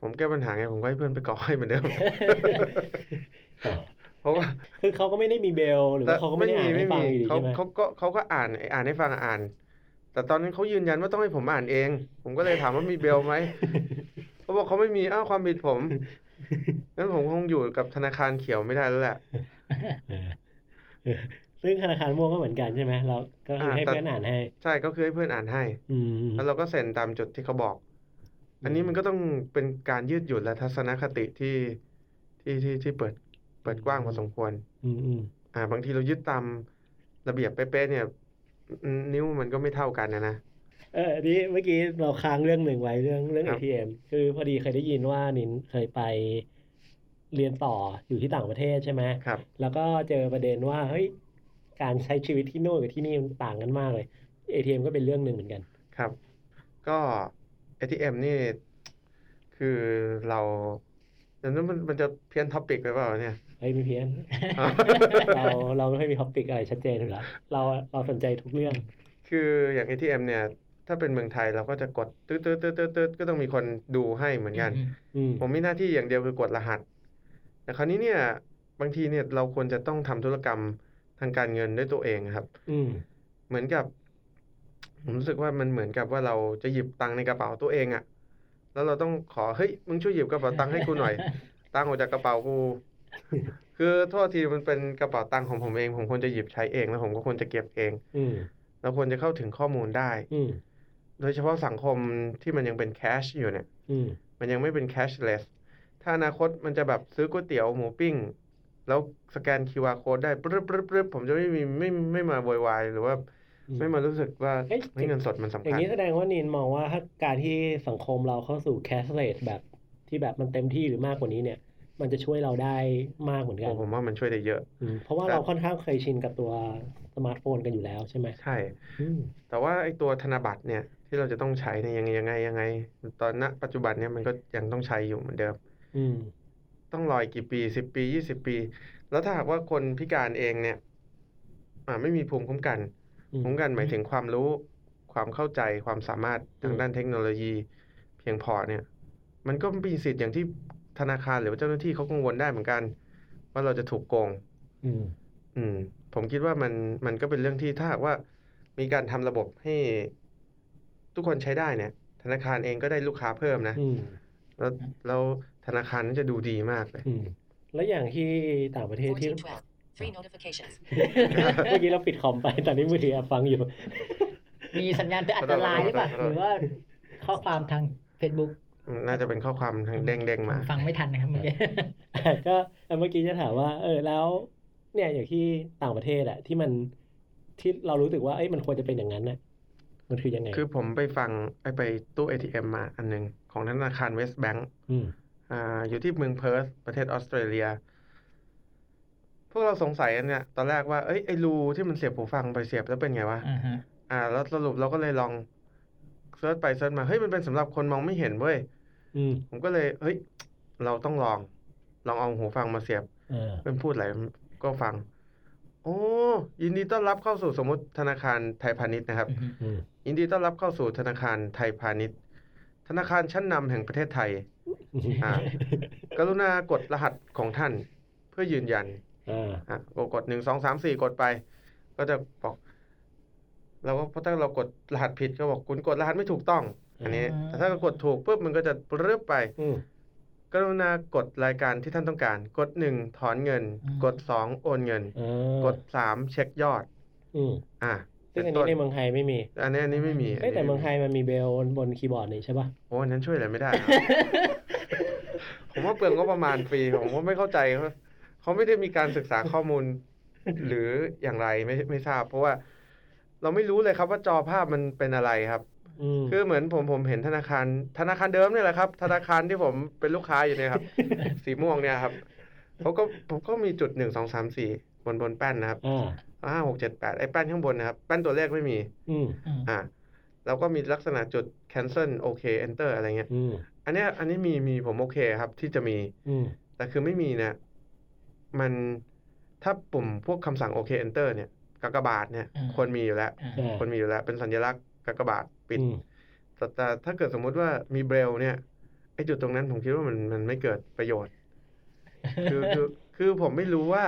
S3: ผมแก้ปัญหาไง ผมก็ให้เพื่อนไปก่อให้เหมือนเดิม
S1: อ๋อ
S3: เพราะว่า
S1: คือเขาก็ไม่ได้มีเบลหรือว่าเขาก็ไม่ได้อ่านให้
S3: ไม่
S1: ฟั
S3: มี
S1: งอยู่ดี
S3: เขา
S1: ใช่ไหม
S3: เขาก็เขาก็อ่านอ่านให้ฟังอ่าน แต่ตอนนั้นเขายืนยันว่าต้องให้ผมอ่านเอง ผมก็เลยถามว่ามีเบ ลไหม เขาบอกเขาไม่มีอ้าวความผิดผม งั้นผมคงอยู่กับธนาคารเขียวไม่ได้แล้วแหละ
S1: เออเออซึ่งธนาคารม่วงก็เหมือนกันใช่ไหมเราก็คือให้
S3: อ่าแต่
S1: เพื่อนอ่านให้
S3: ใช่ก็คือให้เพื่อนอ่านให้
S1: อืม
S3: แล้วเราก็เซ็นตามจุดที่เขาบอก อันนี้มันก็ต้องเป็นการยืดหยุ่นและทัศนคติที่ที่ที่ที่เปิดเปิดกว้างพอสมควร
S1: อืมอืม
S3: อ่า บางทีเรายึดตามระเบียบเป๊ะๆเนี่ย นิ้วมันก็ไม่เท่ากันนะนะ
S1: เอออันนี่เมื่อกี้เราค้างเรื่องหนึ่งไว้เรื่องเรื่อง
S3: ครับ
S1: ATM คือพอดีเคยได้ยินว่านินเคยไปเรียนต่ออยู่ที่ต่างประเทศใช่ไหม
S3: ครับ
S1: แล้วก็เจอประเด็นว่าเฮ้ยการใช้ชีวิตที่โน่นกับที่นี่มันต่างกันมากเลย ATM ก็เป็นเรื่องหนึ่งเหมือนกัน
S3: ครับ ก็ ATM นี่ คือเราเดี๋ยวนั้นมันมันจะเพี้ยนท็อปิกไปเปล่าเนี่ย
S1: เฮ้ยไม่เพี้ยน เราเราไม่ค่อยมีท็อปิกอะไรชัดเจนอยู่แล้วเราเราสนใจทุกเรื่อง
S3: คืออย่าง ATM เนี่ย ถ้าเป็นเมืองไทยเราก็จะกดตืดตืดตืดตืดตืดก็ต้องมีคนดูให้เหมือนกัน
S1: อืม
S3: ผมมีหน้าที่อย่างเดียวคือกดรหัส แต่คราวนี้เนี่ย บางทีเนี่ยเราควรจะต้องทำธุรกรรมทางการเงินด้วยตัวเองครับ
S1: อืม
S3: เหมือนกับ ผมรู้สึกว่ามันเหมือนกับว่าเราจะหยิบตังค์ในกระเป๋าตัวเองอะแล้วเราต้องขอเฮ้ยมึงช่วยหยิบกระเป๋าตังค์ให้กูหน่อย ตังค์ออกจากกระเป๋ากู คือโทษทีมันเป็นกระเป๋าตังค์ของผมเอง ผมควรจะหยิบใช้เองแล้วผมก็ควรจะเก็บเอง
S1: อืม
S3: เราควรจะเข้าถึงข้อมูลได้
S1: อืม
S3: โดยเฉพาะสังคมที่มันยังเป็นแคชอยู่เนี่ย
S1: อืม
S3: มันยังไม่เป็นแคชเลส ถ้าอนาคตมันจะแบบซื้อก๋วยเตี๋ยวหมูปิ้ง แล้วสแกน QR code ได้ปรึ๊บปรึ๊บปรึ๊บผมจะไม่มีไม่ไม่มาโวยวายหรือว่า
S1: อืม
S3: ไม่มารู้สึกว่า
S1: เอ้ย
S3: เฮ้ยเงินสดมัน
S1: อ
S3: สำ
S1: ย่า
S3: คั
S1: ง
S3: ญ
S1: นี้แสดงว่านินมองว่าถ้าการที่สังคมเราเข้าสู่แคสเลสแบบที่แบบมันเต็มที่หรือมากกว่านี้เนี่ย มันจะช่วยเราได้มากเหมือนกั
S3: โอ้
S1: น
S3: ผมว่ามันช่วยได้เยอะ
S1: อืมเพราะว่าเราค่อนข้างเคยชินกับตัวสมาร์ทโฟนกันอยู่แล้วใช่ไหม
S3: ใช่
S1: อืม
S3: แต่ว่าไอ้ตัวธนบัตรเนี่ยที่เราจะต้องใช้เนี่ยยังไงยังไงยังไง ตอนณปัจจุบันเนี่ยมันก็ยังต้องใช้อยู่เหมือนเดิม
S1: อืม
S3: ต้องรออีกกี่ปีสิบปียี่สิบปี แล้วถ้าหากว่าคนพิการเองเนี่ยอ่าไม่มีภูมิคุ้มกัน
S1: อืม
S3: ภูมิคุ้มกันหมายถึงความรู้ ความเข้าใจความสามารถทางด้านเทคโนโลยี เพียงพอเนี่ย มันก็มีสิทธิ์อย่างที่ธนาคารหรือว่าเจ้าหน้าที่เขากังวลได้เหมือนกัน ว่าเราจะถูกโกง
S1: อืม
S3: อืม ผมคิดว่ามันมันก็เป็นเรื่องที่ถ้าหากว่ามีการทำระบบให้ทุกคนใช้ได้เนี่ย ธนาคารเองก็ได้ลูกค้าเพิ่มนะ
S1: อืม
S3: แล้วแล้วธนาคารนี่จะดูดีมากเลย
S1: อืม แล้วอย่างที่ต่างประเทศที่
S6: 1412. Three notifications.
S1: เมื่อกี้เราปิดคอมไป ตอนนี้มือถือแอบฟังอยู่
S2: มีสัญญาณแต่อันตรายหรือเปล่าหรือว่าข้อความทาง Facebook
S3: อืมน่าจะเป็นข้อความทางเด้งๆมา
S2: ฟังไม่ทันนะครับเมื่อกี้
S1: ก็เมื่อกี้จะถามว่า เออแล้ว เนี่ยอย่างที่ต่างประเทศอะที่มันที่เรารู้สึกว่าเอ้ยมันควรจะเป็นอย่างนั้นน่ะมันคือยังไง
S3: คือผมไปฟังไอ้ไปตู้ ATM มาอันหนึง ของธนาคารเวสต์แบงก์
S1: ม
S3: อ่าอยู่ที่เมืองเพิร์ธประเทศออสเตรเลีย พวกเราสงสัยอันเนี่ยตอนแรกว่าเอ้ยไอ้รูที่มันเสียบหูฟังไปเสียบแล้วเป็นไงวะ
S2: อ่าฮะ
S3: อ่า แล้วสรุปเราก็เลยลองเซิร์ชไปเซิร์ชมา เฮ้ย มันเป็นสำหรับคนมองไม่เห็นเว้ย
S1: อืม
S3: ผมก็เลย เฮ้ย เราต้องลอง ลองเอาหูฟังมาเสียบ
S1: อ่า
S3: เป็นพูดอะไรก็ฟัง โอ้ยินดีต้อนรับเข้าสู่สมมติธนาคารไทยพาณิชย์นะครับ
S2: อือฮึ
S1: อืม
S3: ยินดีต้อนรับเข้าสู่ธนาคารไทยพาณิชย์ ธนาคารชั้นนำแห่งประเทศไทย อ่า กรุณากดรหัสของท่าน เพื่อยืนยัน
S1: อ่า
S3: อ่ะกดกดหนึ่งสองสามสี่กดไป ก็จะบอก เราก็เพราะถ้าเรากดรหัสผิดก็บอกคุณกดรหัสไม่ถูกต้อง อันนี้ แต่ถ้ากดถูกปุ๊บมันก็จะปรึ๊บไป
S1: อืม
S3: กรุณากดรายการที่ท่านต้องการ กดหนึ่งถอนเงิน กดสองโอนเงิน
S1: อ่าก
S3: ดสามเช็คยอด
S1: อืม
S3: อ่ะ
S1: ซึ่งอัน
S3: เป็
S1: นี้ใน
S3: ต้
S1: เมืองไทยไม่มี
S3: อันนี้อันนี้ไม่มี
S1: เอ้ยแต่เมืองไทยมันมีเบลบนคีย์บอร์ดนี่ใช่ป่ะ
S3: โอ้อันนั้นช่วยอะไร ไม่ได้ครับ ผมว่าเปลืองงบประมาณฟรีผมว่าไม่เข้าใจเขาเขาไม่ได้มีการศึกษาข้อมูล หรืออย่างไรไม่ไม่ทราบ เพราะว่า เราไม่รู้เลยครับว่าจอภาพมันเป็นอะไรครับ
S1: อืม
S3: คือเหมือนผมผมเห็นธนาคาร ธนาคารเดิมเนี่ยแหละครับ ธนาคารที่ผมเป็นลูกค้าอยู่เนี่ย ครับ สีม่วงเนี่ยครับเขาก็ผมก็มีจุดหนึ่งสองสามสี่บนบนแป้นนะครับ
S1: อ่า
S3: ห้าหกเจ็ดแปดไอ้แป้นข้างบนนะครับแป้นตัวเลขไม่มี
S1: อืม
S2: อืม
S3: อ่าแล้วก็มีลักษณะจุด cancel OK enter อะไรเงี้ย
S1: อืม
S3: อันเนี้ยอันนี้มีมีผมโอเคครับ ที่จะมี
S1: อืม
S3: แต่คือไม่มีเนี่ยมันถ้าปุ่มพวกคำสั่ง OK Enter เนี่ยกากบาทเนี่ยควรมีอยู่แล้ว
S2: อ่า
S1: อ่า
S3: ควรมีอยู่แล้ว เป็นสัญลักษณ์กากบาทปิด
S1: อืม
S3: แต่แต่ถ้าเกิดสมมุติว่ามีเบรลเนี่ยไอจุดตรงนั้นผมคิดว่ามันมันไม่เกิดประโยชน์ คือคือคือผมไม่รู้ว่า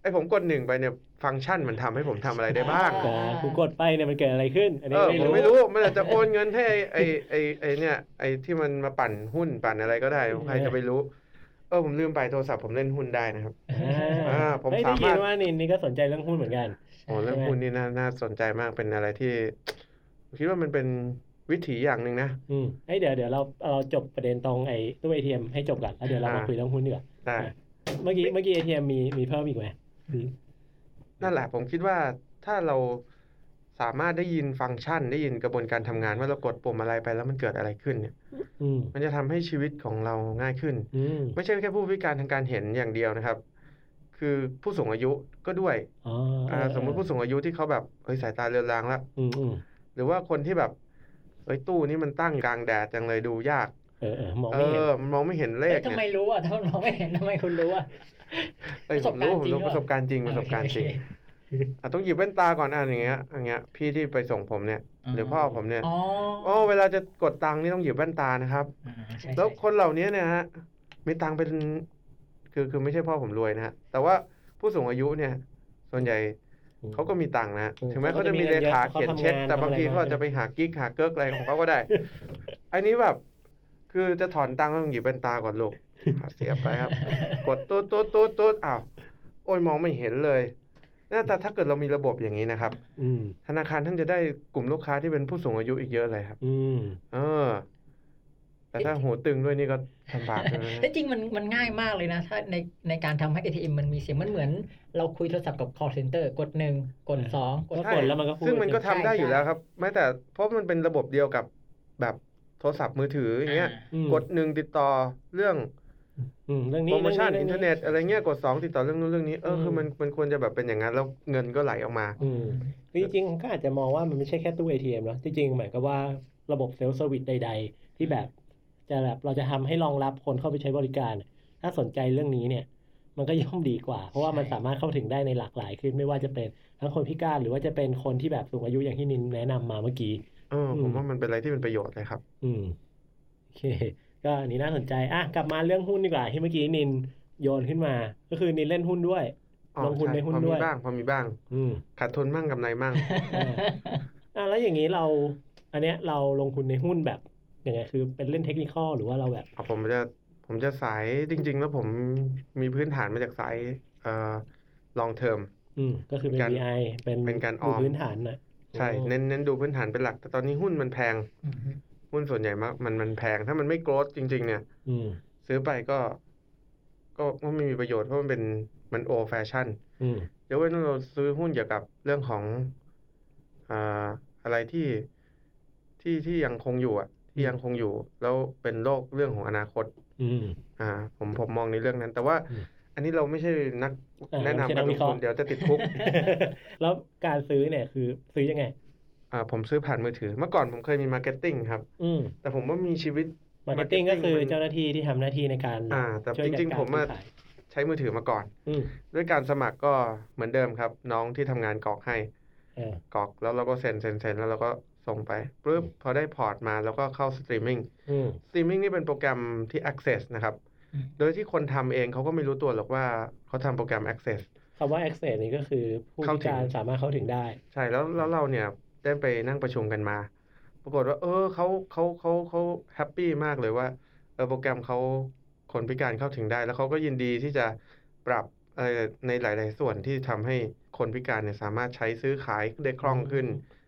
S3: ไอผมกดหนึ่งไปเนี่ย ฟังก์ชันมันทำให้ผมทำอะไรได้บ้าง
S1: แต่กูกดไปเนี่ยมันเกิดอะไรขึ้น อันนี้
S3: เออ
S1: ไม่
S3: ผม
S1: รู้
S3: ไม่รู้มันอาจจะโอนเงินให้ไอ้ไอ้ไอ้ไอ้เนี่ยไอ้ที่มันมาปั่นหุ้นปั่นอะไรก็ได้ ใครจะไปรู้ เออผมลืมไปโทรศัพท์ผมเล่นหุ้นได้นะครับ อ่าผม
S1: เฮ้ย
S3: สามารถ
S1: ได้ยินว่านินนี่ก็สนใจเรื่องหุ้นเหมือนกัน
S3: โอ้เรื่องหุ้นนี่น่าน่าสนใจมากเป็นอะไรที่ ผมคิดว่ามันเป็นวิถีอย่างหนึ่งนะ
S1: อืมเฮ้ยเดี๋ยวเดี๋ยวเราเราจบประเด็นตรงไอ้ตู้เอทีเอ็มให้จบก่อนแล้วเดี๋ยวเรามา
S3: อ่า
S1: คุยเรื่องหุ้นดีกว่า
S3: ได้
S1: เมื่อกี้เมื่อกี้เอทีเอ็มมีมีเพิ่มอีกไหม
S3: นั่นแหละผมคิดว่าถ้าเรา สามารถได้ยินฟังก์ชัน ได้ยินกระบวนการทำงานว่าเรากดปุ่มอะไรไปแล้วมันเกิดอะไรขึ้นเนี่ย
S1: อืม
S3: มันจะทำให้ชีวิตของเราง่ายขึ้น
S1: อืม
S3: ไม่ใช่แค่ผู้พิการทางการเห็นอย่างเดียวนะครับ คือผู้สูงอายุก็ด้วย
S1: อ๋อ
S3: อ่าสมมุติผู้สูงอายุที่เขาแบบเอ้ยสายตาเรือนรางแล้ว
S1: อืมอืม
S3: หรือว่าคนที่แบบเอ้ยตู้นี้มันตั้งกลางแดดจังเลยดูยาก
S1: เออเออมอง
S3: เอ
S1: ไม่เห็น
S3: อมันมองไม่เห็นเล
S2: เอ้
S3: ข
S2: ยทำไม
S3: เนี่ย
S2: รู้อ่ะถ้ามันมองไม่เห็นทำไมคุณรู้อ่ะ
S3: เอ้ยผมรู้ผมรู้
S2: ป
S3: ประ ระ
S2: ส
S3: ส
S2: บบ กา
S3: การ ร
S2: ณ์
S3: ณ์
S2: จ
S3: จ
S2: ริ
S3: ริ
S2: ง
S3: ง
S2: เหรอ
S3: ประสบการณ์จริง
S2: โอเค
S3: อ่ะต้องหยิบแว่นตาก่อนอ่ะอย่างเงี้ยอย่างเงี้ยพี่ที่ไปส่งผมเนี่ย หรือพ่อผมเนี่ย
S2: อ๋อ
S3: โอ้เวลาจะกดตังค์นี่ต้องหยิบแว่นตานะครับ
S2: อ่าใช่
S3: แล้ว
S2: ใช่
S3: คนเหล่านี้เนี่ยฮะมีตังค์เป็นคือคือไม่ใช่พ่อผมรวยนะฮะแต่ว่าผู้สูงอายุเนี่ย ส่วนใหญ่เขาก็มีตังค์นะฮะ
S1: อืม
S3: ถึงแม้
S1: เขา
S3: เขา
S1: ก็
S3: จะ
S1: มี
S3: มี
S1: เงิ
S3: เล
S1: น
S3: ขา
S1: เยอะ
S3: เขียนเช็ค
S1: เขาทำงาน
S3: แต่บางที
S1: ทำอะไร
S3: เขาอาจจะ
S1: มา
S3: ไปหากิ๊กหาเกิร์กอะไรของเขาก็ได้ อันนี้แบบ คือจะถอนตังค์ก็ต้องหยิบแว่นตาก่อนลูกเสียบไปครับ กดตุ๊ดตุ๊ดตุ๊ดตุ๊ดอ้าวโอ้ยมองไม่เห็นเลยน่าแต่ถ้าเกิดเรามีระบบอย่างนี้นะครับ
S1: อืม
S3: ธนาคารท่านจะได้กลุ่มลูกค้าที่เป็นผู้สูงอายุอีกเยอะเลยครับ
S1: อืม
S3: เออ แต่ถ้าหูตึงด้วยนี่ก็ลำบากเลย นะ
S2: แต่จริงมันมันง่ายมากเลยนะ ถ้าในในการทำให้ ATM มันมีเสียงมันเหมือน เราคุยโทรศัพท์กับ call center กดหนึ่งกด
S1: เออ
S2: สองกด
S1: ก็กดแล้วมันก็พูด
S3: ซึ่งมันก็ทำได้อยู่
S2: ใช่
S3: แล้วครับแม้แต่เพราะมันเป็นระบบเดียวกับแบบโทรศัพท์มือถืออย่างเงี้ย
S1: อืม
S3: กดหนึ่งติดต่อเรื่อง
S1: อืมเรื่องนี้
S3: โปรโมชั่น
S1: ง
S3: อินเทอร์เน็ตอะไรเงี้ยกดสองติดต่อเรื่องนู้นเรื่องนี้เออ
S1: อืม
S3: คือมันมันควรจะแบบเป็นอย่างนั้นแล้วเงินก็ไหลออกมา
S1: อืมคือจริงๆก็อาจจะมองว่ามันไม่ใช่แค่ตู้ ATM เนอะจริงๆหมายก็ว่าระบบเซลฟ์เซอร์วิสใด ๆ ที่แบบจะแบบเราจะทำให้รองรับคนเข้าไปใช้บริการ ถ้าสนใจเรื่องนี้เนี่ย มันก็ย่อมดีกว่า เพราะว่ามันสามารถเข้าถึงได้ในหลากหลายขึ้น ไม่ว่าจะเป็นทั้งคนพิการหรือว่าจะเป็นคนที่แบบสูงอายุอย่างที่นินแนะนำมาเมื่อกี้
S3: เออ
S1: อืม
S3: ผมว่ามันเป็นอะไรที่เป็นประโยชน์เลยครับ
S1: อืมโอเค ก็อันนี้น่าสนใจอ่ะกลับมาเรื่องหุ้นดีกว่าที่เมื่อกี้นินโยนขึ้นมา ก็คือนินเล่นหุ้นด้วย
S3: อ๋อ
S1: ลงทุน
S3: ช่
S1: ในหุ้น
S3: พอ
S1: ด้
S3: มี
S1: วย
S3: บ้าง พอมีบ้าง
S1: อืม
S3: ขาดทุนมั่งกำไร มั่ง
S1: อ่ะแล้วอย่างนี้เรา อันเนี้ยเราลงทุนในหุ้นแบบยังไงคือเป็นเล่นเทคนิคอลหรือว่าเราแบบ
S3: อ่ะผมจะผมจะสายจริง ๆ แล้วผมมีพื้นฐานมาจากสายเอ่อ long term
S1: อืม ก็คือเป็น
S3: เป็นการ
S1: VI เป็น
S3: เป็นการออม
S1: ดูพื้นฐานนะ
S3: ใช่
S1: โอ้
S3: เน้นเน้นดูพื้นฐานเป็นหลัก แต่ตอนนี้หุ้นมันแพง
S2: อืม
S3: หุ้นส่วนใหญ่มากมันมันแพง ถ้ามันไม่โกรธจริง ๆ เนี่ย
S1: อืม
S3: ซื้อไปก็ ก็ก็ไม่มีประโยชน์เพราะมันเป็นมันโอแฟชั่น
S1: อืม
S3: เดี๋ยวเว้นเราซื้อหุ้นเกี่ยวกับเรื่องของอ่าอะไรที่ที่ที่ยังคงอยู่อ่ะที่ยังคงอยู่ แล้วเป็นโลกเรื่องของอนาคต
S1: อืม
S3: อ่าผมผมมองในเรื่องนั้น แต่ว่า
S1: อืม
S3: อันนี้เราไม่ใช่นัก
S1: อ่า
S3: แนะ
S1: เราไม่ใช่นักวิ
S3: นำการลง
S1: เคราะ
S3: ทุ
S1: ห์
S3: นเดี๋ยวจะติดคุก
S1: แล้วการซื้อเนี่ยคือซื้อยังไง
S3: อ่าผมซื้อผ่านมือถือ เมื่อก่อนผมเคยมีมาร์เก็ตติ้งครับ
S1: อืม
S3: แต่ผมว่ามีชีวิต
S1: มาร์เก็ตติ้งก็คือ
S3: marketing มัน
S1: เจ้าหน้าที่ที่ทำหน้าที่ในการ
S3: อ่าแต่
S1: ช่วย
S3: จริงๆผม
S1: จัด
S3: อะ
S1: กซื้อขย
S3: ใช้มือถือมาก่อน
S1: อืม
S3: ด้วยการสมัครก็เหมือนเดิมครับ น้องที่ทำงานกรอกให้
S1: เออก
S3: รอกแล้วเราก็เซ็นเซ็นเซ็นแล้วเราก็ส่งไปปุ๊บพอได้พอร์ตมาแล้วก็เข้าสตรีมมิ่ง
S1: อืม
S3: สตรีมมิ่งนี่เป็นโปรแกรมที่ Access นะครับ
S2: อืม
S3: โดยที่คนทำเองเขาก็ไม่รู้ตัวหรอกว่าเขาทำโปรแกรม Access
S1: คำว่า access นี่ก็คือผู้
S3: เข้า
S1: พิ
S3: ถึง
S1: การสามารถเข้าถึงได้
S3: ใช่แล้วแล้วเราเนี่ยได้ไปนั่งประชุมกันมา ปรากฏว่า เออเขาเขาเขาเขาแฮปปี้มากเลยว่าเออโปรแกรมเขาคนพิการเข้าถึงได้ แล้วเขาก็ยินดีที่จะปรับเอ่อในหลาย ๆ ส่วนที่ทำให้คนพิการเนี่ยสามารถใช้ซื้อขายได้คล่องขึ้น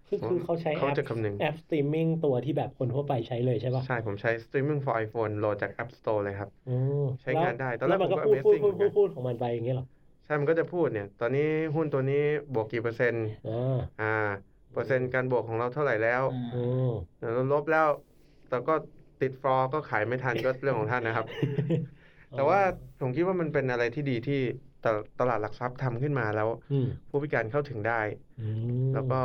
S1: คือคือเขาใช้แอ
S3: เขา
S1: ป
S3: จะคำนึง
S1: แอปสตรีมมิ่งตัวที่แบบคนทั่วไปใช้เลยใช่ป่ะ
S3: ใช่ผมใช้ Streaming for iPhone โหลดจาก App Store เลยครับ
S1: อืม
S3: ใช้งานได้ตอนแร
S1: แล้
S3: ก
S1: วมันก็
S3: ผมก็
S1: พูดพูด
S3: amazing
S1: พูดพูดพูดข
S3: เหมือนกัน
S1: องมันไปอย่างเงี้ยหรอ
S3: ใช่มันก็จะพูดเนี่ย ตอนนี้หุ้นตัวนี้บวกกี่เปอร์เซ็นต์
S1: อ่า
S3: อ่าเปอร์เซ็นต์การบวกของเราเท่าไหร่แล้ว
S1: อืม
S3: เดี๋ยวเราลบแล้ว แต่ก็ติดฟลอร์ก็ขายไม่ทันก็เรื่องของท่าน นะครับ แต่ว่าผมคิดว่ามันเป็นอะไรที่ดีที่ตลตลาดหลักทรัพย์ทำขึ้นมาแล้ว
S1: อืม
S3: ผู้พิการเข้าถึงได้
S1: อืม
S3: แล้วก็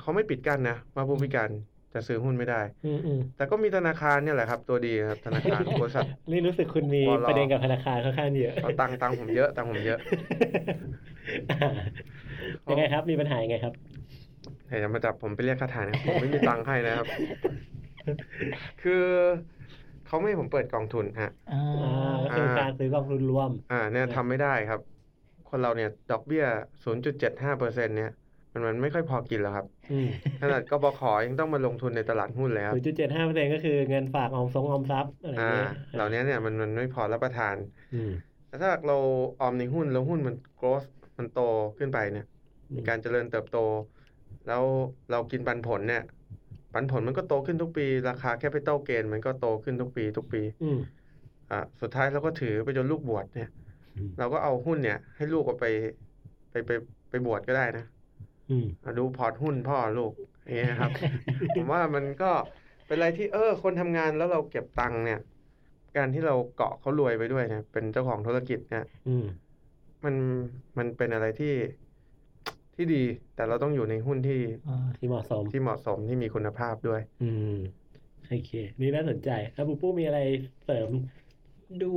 S3: เขาไม่ปิดกั้นนะว่าผู้พิการจะซื้อหุ้นไม่ได้
S1: อืมอืม
S3: แต่ก็มีธนาคารเนี่ยแหละครับ ตัวดีครับธนาคารบริษัท
S1: นี่รู้สึกคุณมี
S3: วอลล์
S1: ประเด็นกับธนาคาร ค่อนข้างเยอะ
S3: เอาตังค์ตังค์ผมเยอะตังค์ผมเยอะ
S1: ยังไงครับมีปัญหายังไงครับ
S3: เดี๋ยวจะมาจับผมไปเรียกค่าถ่ายนะครับ ผมไม่มีตังค์ให้ นะครับ คือเขาไม่ให้ผมเปิดกองทุนฮะ
S2: อ่า
S1: อ่าก็คือการซื้อกองทุนรวม
S3: อ่าเนี่ยทำไม่ได้ครับ คนเราเนี่ย ดอกเบี้ย 0.75เปอร์เซ็นเนี่ย มันมันไม่ค่อยพอกินแล้วครับ
S1: อืม
S3: ขนาดกบขยังต้องมาลงทุนในตลาดหุ้นเลยครับ
S1: ศูนย์จุดเจ็ดห้าเปอร์เซ็นต์ก็คือเงินฝากออมทรงออมทรัพย์อะไรอย่า
S3: อ่าง
S1: เงี้ย
S3: เหล่านี้เนี่ยมันมันไม่พอรับประทาน
S1: อืม
S3: แต่ถ้าเราออมในหุ้นแล้วหุ้นมัน growth มันโตขึ้นไปเนี่ย มีการเจริญเติบโต แล้วเรากินปันผลเนี่ย ปันผลมันก็โตขึ้นทุกปี ราคาแคปิตอลเกนมันก็โตขึ้นทุกปี ทุกปี
S1: อืม
S3: อ่ะสุดท้ายเราก็ถือไปจนลูกบวชเนี่ย
S1: อืม
S3: เราก็เอาหุ้นเนี่ย ให้ลูกเอาไปไปไปไปบวชก็ได้นะ
S1: อืม
S3: ดูพอร์ตหุ้นพ่อลูกอย่างเงี้ยครับ ผมว่ามันก็เป็นอะไรที่เออ คนทำงานแล้วเราเก็บตังค์เนี่ย การที่เราเกาะเขารวยไปด้วยเนี่ย เป็นเจ้าของธุรกิจเนี่ย
S1: อืม
S3: มันมันเป็นอะไรที่ที่ดี แต่เราต้องอยู่ในหุ้นที่
S2: อ่า
S1: ที่เหมาะสม
S3: ที่เหมาะสมที่มีคุณภาพด้วย
S1: อืม โอเค นี่น่าสนใจ แล้วปูปูมีอะไรเสริม
S2: ดู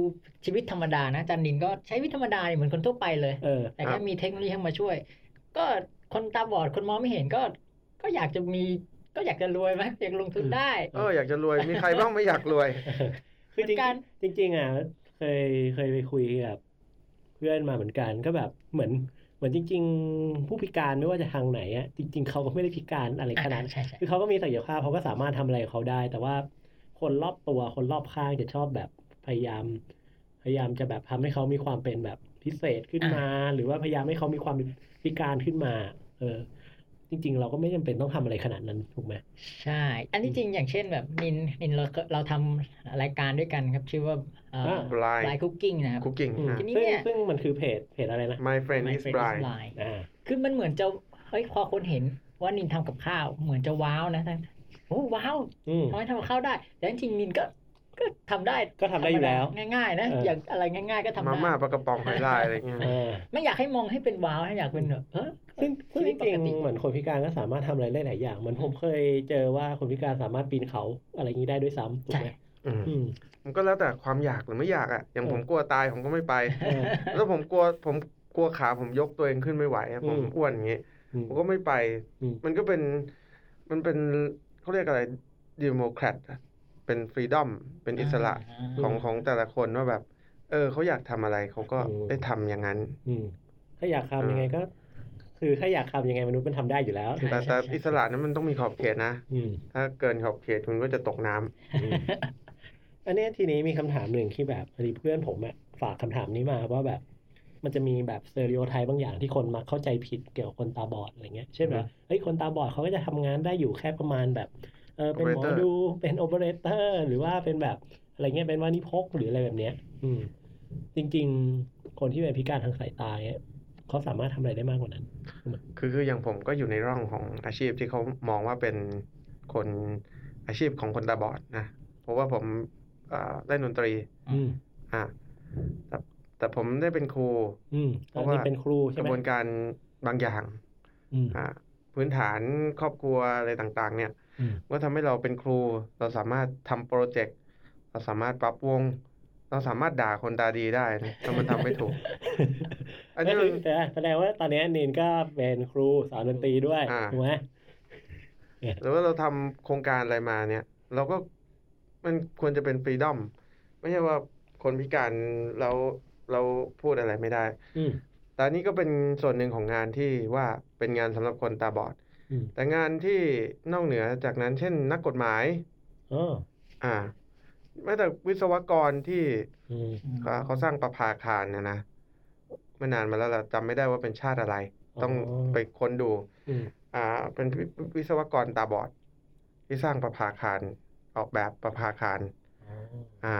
S2: ชีวิตธรรมดานะอาจันนินก็ใช้ชีวิตธรรมดาเนี่ยเหมือนคนทั่วไปเลย
S1: เออ
S2: แต่
S3: ครั
S2: แค่
S3: บ
S2: มีเทคโนโลยีเข้ามาช่วย ก็คนตาบอดคนมองไม่เห็นก็ ก็อยากจะมีก็อยากจะรวยไหมอยากลงทุนได้
S3: เอออยากจะรวยมีใครบ้างไม่อยากรวย
S1: คือจริง
S2: เหมือนกัน
S1: จริงๆอ่ะเคยเคยไปคุยกับเพื่อนมาเหมือนกันก็แบบเหมือนเหมือนจริง ๆ ผู้พิการไม่ว่าจะทางไหนอ่ะจริง ๆ เขาก็ไม่ได้พิการอะไรขนา ดนั้น
S2: ใช่ใช่
S1: คือเขาก็มีศักยภาพเขาก็สามารถทำอะไรของเขาได้ แต่ว่าคนรอบตัวคนรอบข้างจะชอบแบบพยายาม พยายามจะแบบทำให้เขามีความเป็นแบบพิเศษขึ้นมา หรือว่าพยายามให้เขามีความพิการขึ้นมา เออ จริง ๆ เราก็ไม่จำเป็นต้องทำอะไรขนาดนั้นถูกไหม
S2: ใช่ อันนี้จริงอย่างเช่นแบบนินนินเราก็เราทำรายการด้วยกันครับ ชื่อว่าเอ่อ
S1: า
S3: blind
S2: Blind Cooking นะครับ
S3: คุกกิ้ง
S1: อืม
S2: ทีนี้
S1: ซึ่ง
S2: เนี่ย
S1: ซึ่งมันคือเพจเพจอะไรนะ
S3: my friend
S2: My
S3: is
S2: Friend is
S3: blind
S2: Blind
S1: อ่า
S2: คือมันเหมือนจะเฮ้ยพอคนเห็นว่านินทำกับข้าว เหมือนจะว้าวนะทั้งโอ้ว้าว
S1: อืม
S2: ทำไมทำกับข้าวได้ แต่จริงๆนินก็ก็ทำได้
S1: ก็ทำได้อยู่แล้ว
S2: ธรรมดาง่ายๆนะ
S1: เออ
S2: อ
S1: อ
S2: ย่างอะไรง่าย ๆ ก็ทำ
S3: มา
S2: ได้
S3: ม่าปลากระป๋องหอยลายอะไรเงี้ย
S1: เออ
S2: ไม่อยากให้มองให้เป็นว้าวให้อยากเป็นแบบเออ
S1: ซึ่งซึ่ง
S2: ชีวิ
S1: จ
S2: ตป
S1: ริ
S2: ก
S1: ง
S2: ติ
S1: ๆเหมือนคนพิการก็สามารถทำอะไรได้หลายอย่างเหมือนผมเคยเจอว่าคนพิการสามารถปีนเขาอะไรอย่างนี้ได้ด้วยซ้ำถูก
S2: ใช่
S1: ไหม
S3: อืม
S1: อืม
S3: มันก็แล้วแต่ความอยากหรือไม่อยากอ่ะอย่าง
S1: เออ
S3: ผมกลัวตายผมก็ไม่ไป
S1: เออ
S3: แล้วผมกลัวผมกลัวขาผมยกตัวเองขึ้นไม่ไหวอะผม
S1: อืม
S3: อ้วนอย่างงี้
S1: อืม
S3: ผมก็ไม่ไป
S1: อืม
S3: มันก็เป็น มันเป็นเขาเรียกอะไรด e โมแครตเป็นฟรีดอม เป็นอิสระ
S2: อ่า
S3: ของของแต่ละคนว่าแบบ เออเขาอยากทำอะไรเขาก็
S1: อืม
S3: ได้ทำอย่างนั้น
S1: อืมถ้าอยากทำ
S3: อ่ายั
S1: ยังไงก็ คือถ้าอยากทำยังไงมนุษย์มันทำได้อยู่แล้ว
S2: ใช่
S3: แต่แต่อิสระนั้นมันต้องมีขอบเขตนะ
S1: อืม
S3: ถ้าเกินขอบเขตคุณก็จะตกน้ำ
S1: อืมอันเนี้ยทีนี้มีคำถามหนึ่งที่แบบพอดีเพื่อนผมอะฝากคำถามนี้มาว่าแบบ มันจะมีแบบสเตอริโอไทป์บางอย่างที่คนมาเข้าใจผิดเกี่ยวกับคนตาบอดอะไรเงี้ยเช่นแบบเฮ้ยคนตาบอดเขาก็จะทำงานได้อยู่แค่ประมาณแบบเออเป็นหมอดูเป็นโอเปอเรเตอร์หรือว่าเป็นแบบอะไรเงี้ยเป็นวานิพกหรืออะไรแบบเนี้ย อืม จริง ๆ คนที่เป็นพิการทางสายตาเนี่ยเขาสามารถทำอะไรได้มากกว่านั้น
S3: คือคืออย่างผมก็อยู่ในร่องของอาชีพที่เขามองว่าเป็นคนอาชีพของคนตาบอดนะ เพราะว่าผมเอ่อเล่นดนตรี
S1: อืม
S3: อ่ะแต่แต่ผมได้เป็นครู
S1: อืม
S3: เพ
S1: อัน
S3: ราะว่า
S1: นี้เป็นครู
S3: ก
S1: ใช่
S3: ระ
S1: ไหม
S3: บวนการบางอย่าง
S1: อืม
S3: อ่าพื้นฐานครอบครัวอะไรต่างๆ เนี่ย
S1: อืม
S3: ก็ทำให้เราเป็นครู เราสามารถทำโปรเจกต์เราสามารถปรับวง เราสามารถด่าคนตาดีได้นะถ้ามันทำไม่ถูก อันนี้
S1: ก็
S3: มั
S1: คื
S3: น
S1: อแต่แสดงว่าตอนเนี้ยเนนก็เป็นครูสอนดนตรีด้วย
S3: อ่า
S1: ถูกไหม
S3: หรือว่าเราทำโครงการอะไรมาเนี่ย เราก็มันควรจะเป็นฟรีดอมไม่ใช่ว่าคนพิการเราเราพูดอะไรไม่ได้
S1: อืม
S3: แต่อันนี้ก็เป็นส่วนหนึ่งของงานที่ว่าเป็นงานสำหรับคนตาบอด
S1: อืม
S3: แต่งานที่นอกเหนือจากนั้น เช่น นักกฎหมาย
S1: อ๋อ
S3: อ่าแม้แต่วิศวกรที่
S1: อืม
S3: เขาเขาสร้างประภาคารเนี่ยนะไม่นานมาแล้วล่ะจำไม่ได้ว่าเป็นชาติอะไร ต้องไปค้นดู
S1: อืม
S3: อ่า เป็นวิวิศวกรตาบอด ที่สร้างประภาคารออกแบบประภาคาร อ่า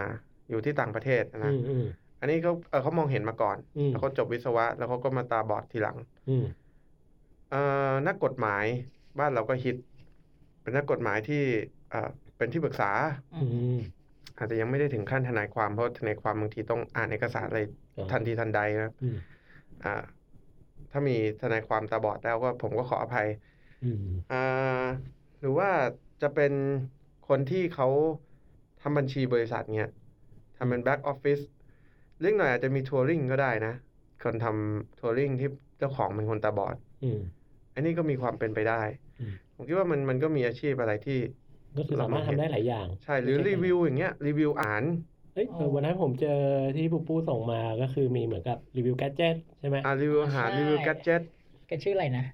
S3: อยู่ที่ต่างประเทศนะ
S1: อืม อืม
S3: อันนี้เขาเอ่อเขามองเห็นมาก่อน
S1: อืม
S3: แล้วเขาจบวิศวะ แล้วเขาก็มาตาบอดทีหลัง
S1: อืม
S3: เอ่อนักกฎหมายบ้านเราก็ฮิต เป็นนักกฎหมายที่เอ่อเป็นที่ปรึกษา
S1: อืม
S3: อาจจะยังไม่ได้ถึงขั้นทนายความเพราะทนายความบางทีต้องอ่านเอกสารอะไรทันทีทันใดนะ
S1: อืม
S3: อ่า ถ้ามีทนายความตาบอดแล้วก็ผมก็ขออภัย
S1: อืม
S3: อ่าหรือว่าจะเป็นคนที่เขาทำบัญชีบริษัทเนี่ยทำเป็นแบ็กออฟฟิศเรื่องหน่อยอาจจะมีทัวริงก็ได้นะ คนทำทัวริงที่เจ้าของเป็นคนตาบอด
S1: อืม
S3: อันนี้ก็มีความเป็นไปได้
S1: อืม
S3: ผมคิดว่ามันมันก็มีอาชีพอะไรที่
S1: ก็คือสามารถทำได้หลายอย่าง
S3: ใช่หรือรีวิวอย่างเงี้ยรีวิวอ่าน
S1: เอ้ยเออวันนั้นผมเจอที่ปูปูส่งมาก็คือมีเหมือนกับรีวิวแกดเจ็ตใช่ไหม
S3: อ่ารีวิวอาหารรีวิวแกดเจ็ต
S2: แกชื่ออะไรนะ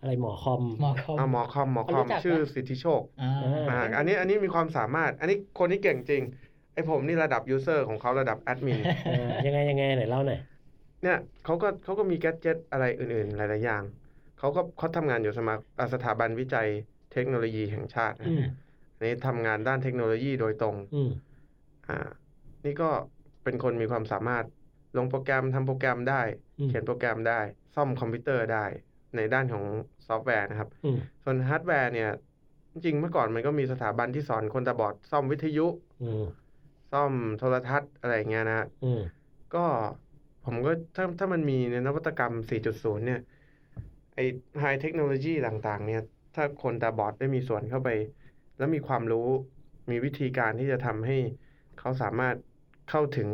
S1: อะไรหมอคอม
S2: หมอคอม
S3: อ่าหมอคอมหมอคอ
S2: รู้
S3: ม
S2: จัก
S3: ชื่อสิทธิโชค
S2: อ่า
S1: อ่
S3: อ่าอันนี้อันนี้มีความสามารถ อันนี้คนที่เก่งจริงไอผมนี่ระดับยูเซอร์ของเขาระดับแอดมิน
S1: เออยังไงยังไงไหนเล่าหน่อย
S3: เนี่ยเขาก็เขาก็มีแกดเจ็ตอะไรอื่นๆ หลายๆอย่างเขาก็เขาทำงานอยู่สมาอ่าสถาบันวิจัยเทคโนโลยีแห่งชาตินะ
S1: อืม
S3: อันนี้ทำงานด้านเทคโนโลยีโดยตรง
S1: อืม
S3: อ่านี่ก็เป็นคนมีความสามารถลงโปรแกรมทำโปรแกรมได้
S1: อืม
S3: เขียนโปรแกรมได้ ซ่อมคอมพิวเตอร์ได้ ในด้านของ ซอฟต์แวร์นะครับ
S1: อืม
S3: ส่วนฮาร์ดแวร์เนี่ย จริงๆเมื่อก่อนมันก็มีสถาบันที่สอนคนตาบอดซ่อมวิทยุ
S1: อืม
S3: ซ่อมโทรทัศน์อะไรอย่างเงี้ยนะฮะ
S1: อืม
S3: ก็ผมก็ถ้าถ้ามันมีในนวัตกรรม 4.0 เนี่ย ไอไฮเทคโนโลยีต่างๆ เนี่ย ถ้าคนตาบอดได้มีส่วนเข้าไป แล้วมีความรู้มีวิธีการที่จะทำให้เขาสามารถเข้าถึง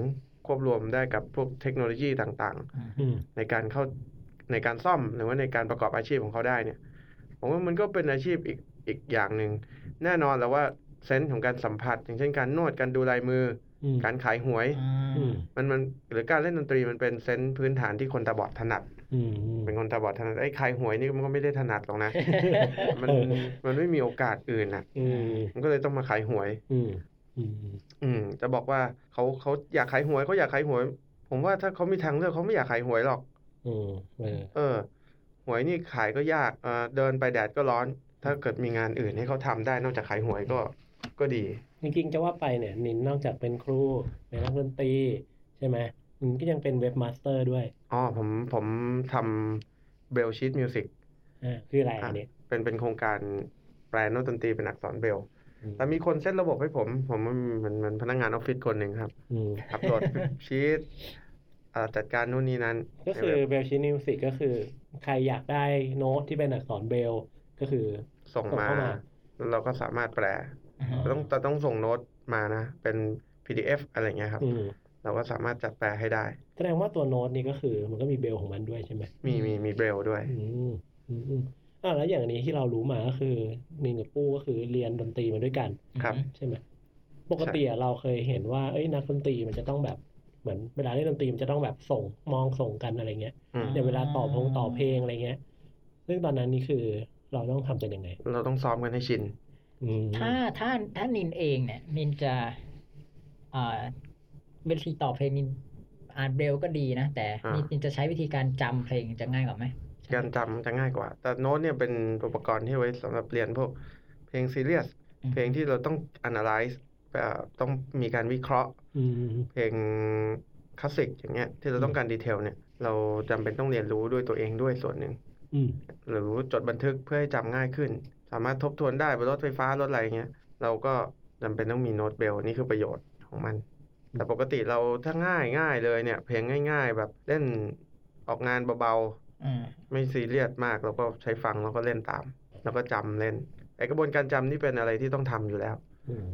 S3: ควบรวมได้กับพวกเทคโนโลยีต่าง
S1: อืม
S3: ๆ ในการเข้าในการซ่อมหรือว่าในการประกอบอาชีพของเขาได้เนี่ย ผมว่ามันก็เป็นอาชีพอีกอีกอย่างหนึ่ง แน่นอนแล้วว่าเซนส์ของการสัมผัส อย่างเช่นการนวดการดูลายมือ
S1: อืม
S3: การขายหวย
S2: อ่า
S1: อืม
S3: มันมันหรือการเล่นดนตรีมันเป็นเซนส์พื้นฐานที่คนตาบอดถนัด
S1: อืม
S3: เป็นคนตาบอดถนัดไอ้ขายหวยนี่มันก็ไม่ได้ถนัดหรอกนะ มัน
S1: เออ
S3: มันไม่มีโอกาสอื่นนะ
S1: อืม
S3: มันก็เลยต้องมาขายหวย
S1: อืมอืม
S3: อืม จะบอกว่าเขาเขาอยากขายหวยเขาอยากขายหวย ผมว่าถ้าเขามีทางเลือกเขาไม่อยากขายหวยหรอก
S1: อืมเออ
S3: เออ หวยนี่ขายก็ยากเออเดินไปแดดก็ร้อน ถ้าเกิดมีงานอื่นให้เขาทำได้นอกจากขายหวยก็ก็ดี
S1: จริงๆจะว่าไปเนี่ยนินนอกจากเป็นครูเป็นนักดนตรีใช่ไหมนินก็ยังเป็นเว็บมาสเตอร์ด้วย
S3: อ๋อผมผมทำเบลชีตมิวสิก
S1: อ่าคืออะไรอันนี้
S3: เป็นเป็นโครงการแปลโน้ตดนตรีเป็นอักษรเบล
S1: อืม
S3: แต่มีคนเซตระบบให้ผม ผมมันเหมันเหมันพนักงานออฟฟิศคนหนึ่งครับ
S1: อืม
S3: อัปโหลด ชีต เอ่อจัดการนู่นนี่นั้น
S1: ก็คือเบลชินิวสิกก็คือ ใครอยากได้โน้ตที่เป็นอักษรเบลก็คือ
S3: ส่ง
S1: ส่ง
S3: มา
S1: เข้ามา
S3: แล้วเราก็สามารถแปลแต่ต้องแต่ต้องส่งโน้ตมานะ เป็น PDF อะไรเงี้ยครับ
S1: อืม
S3: เราก็สามารถจัดแปลให้ได้
S1: แสดงว่าตัวโน้ตนี่ก็คือมันก็มีเบลของมันด้วยใช่ไหม
S3: มีมีมีเบรลด้วย
S1: อืมอืมอืมอ่าแล้วอย่างนี้ที่เรารู้มาก็คือนินกับปู้ก็คือเรียนดนตรีมาด้วยกัน
S3: ครับ
S1: ใช่ไหมปกติอะเราเคยเห็นว่าเอ้ยนักดนตรีมันจะต้องแบบเหมือนเวลาเล่นดนตรีมันจะต้องแบบส่งมองส่งกันอะไรเงี้ย
S3: อืม
S1: เดี๋ยวเวลาต่อพงต่อเพลงอะไรเงี้ย ซึ่งตอนนั้นนี่คือเราต้องทำกันยังไง
S3: เราต้องซ้อมกันให้ชิน
S1: อืม
S2: ถ้าถ้าถ้านินเองเนี่ย นินจะอ่าเวลาต่อเพลงนินอ่านเบรลก็ดีนะ แต่
S3: อ่านิ
S2: นนินจะใช้วิธีการจำเพลงจะง่ายกว่าไหม
S3: การจำจะง่ายกว่า แต่โน้ตเนี่ยเป็นอุปกรณ์ที่ไว้สำหรับเรียนพวกเพลงซีเรียส เพลงที่เราต้อง analyze เอ่อต้องมีการวิเคราะห์
S1: อืม
S3: เพลงคลาสสิกอย่างเงี้ยที่เราต้องการดีเทลเนี่ย เราจำเป็นต้องเรียนรู้ด้วยตัวเองด้วยส่วนหนึ่ง
S1: อืม
S3: หรือจดบันทึกเพื่อให้จำง่ายขึ้น สามารถทบทวนได้บนรถไฟฟ้ารถอะไรเงี้ยเราก็จำเป็นต้องมีโน้ตเบลนี่คือประโยชน์ของมัน แต่ปกติเราถ้าง่ายง่ายเลยเนี่ย เพลงง่าย ๆ แบบเล่นออกงานเบา
S2: อืม
S3: ๆ ไม่ซีเรียสมากเราก็ใช้ฟังแล้วก็เล่นตาม แล้วก็จำเล่นไอกระบวนการจำนี่เป็นอะไรที่ต้องทำอยู่แล้ว
S1: อืม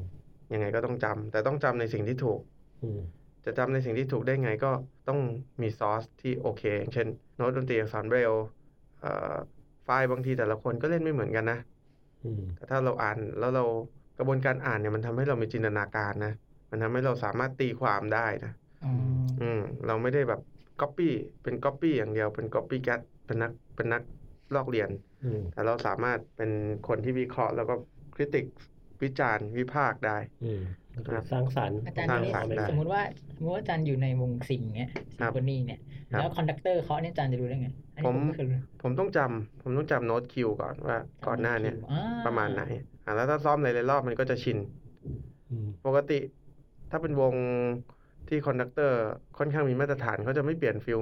S3: ยังไงก็ต้องจำแต่ต้องจำในสิ่งที่ถูก
S1: อืม
S3: จะจำในสิ่งที่ถูกได้ไงก็ต้องมีซอสที่โอเคอย่างเช่นโน้ตดนตรีอักษรเบรลเอ่อไฟล์บางทีแต่ละคนก็เล่นไม่เหมือนกันนะ
S1: อืม
S3: แต่ถ้าเราอ่านแล้วเรากระบวนการอ่านเนี่ยมันทำให้เรามีจินตนาการนะ มันทำให้เราสามารถตีความได้นะ
S2: อืม
S3: อืมเราไม่ได้แบบก๊อปปี้เป็นก๊อปปี้อย่างเดียวเป็นก๊อปปี้แกเป็นนักเป็นนักลอกเรียน
S1: อืม
S3: แต่เราสามารถเป็นคนที่วิเคราะห์ แล้วก็คริติกวิจารณ์วิพากษ์ได้
S1: อืม
S3: ครับ
S1: สร้างสรรค์
S2: อาจารย์
S3: สร้าง
S2: นี่
S3: สรรค์ได้
S2: สมมติว่าสมมติว่าอาจารย์อยู่ในวงซิมเนี้ยซิ
S3: ครั
S2: ม
S3: บ
S2: โฟนีเนี่ย
S3: ครับ
S2: แล้วคอนดักเตอร์เคาะเนี่ยอาจารย์จะรู้ได้ไง อันนี้
S3: ผม
S2: ผมก็เคยรู้
S3: ผมต้องจำผมต้องจำโน้ตคิวก่อนว่าก่อนหน้าเนี่ย
S2: อ่
S3: ประมาณไหน อ่ะแล้วถ้าซ้อมหลายๆรอบมันก็จะชิน
S1: อืม
S3: ปกติ ถ้าเป็นวงที่คอนดักเตอร์ค่อนข้างมีมาตรฐานเขาจะไม่เปลี่ยนฟิล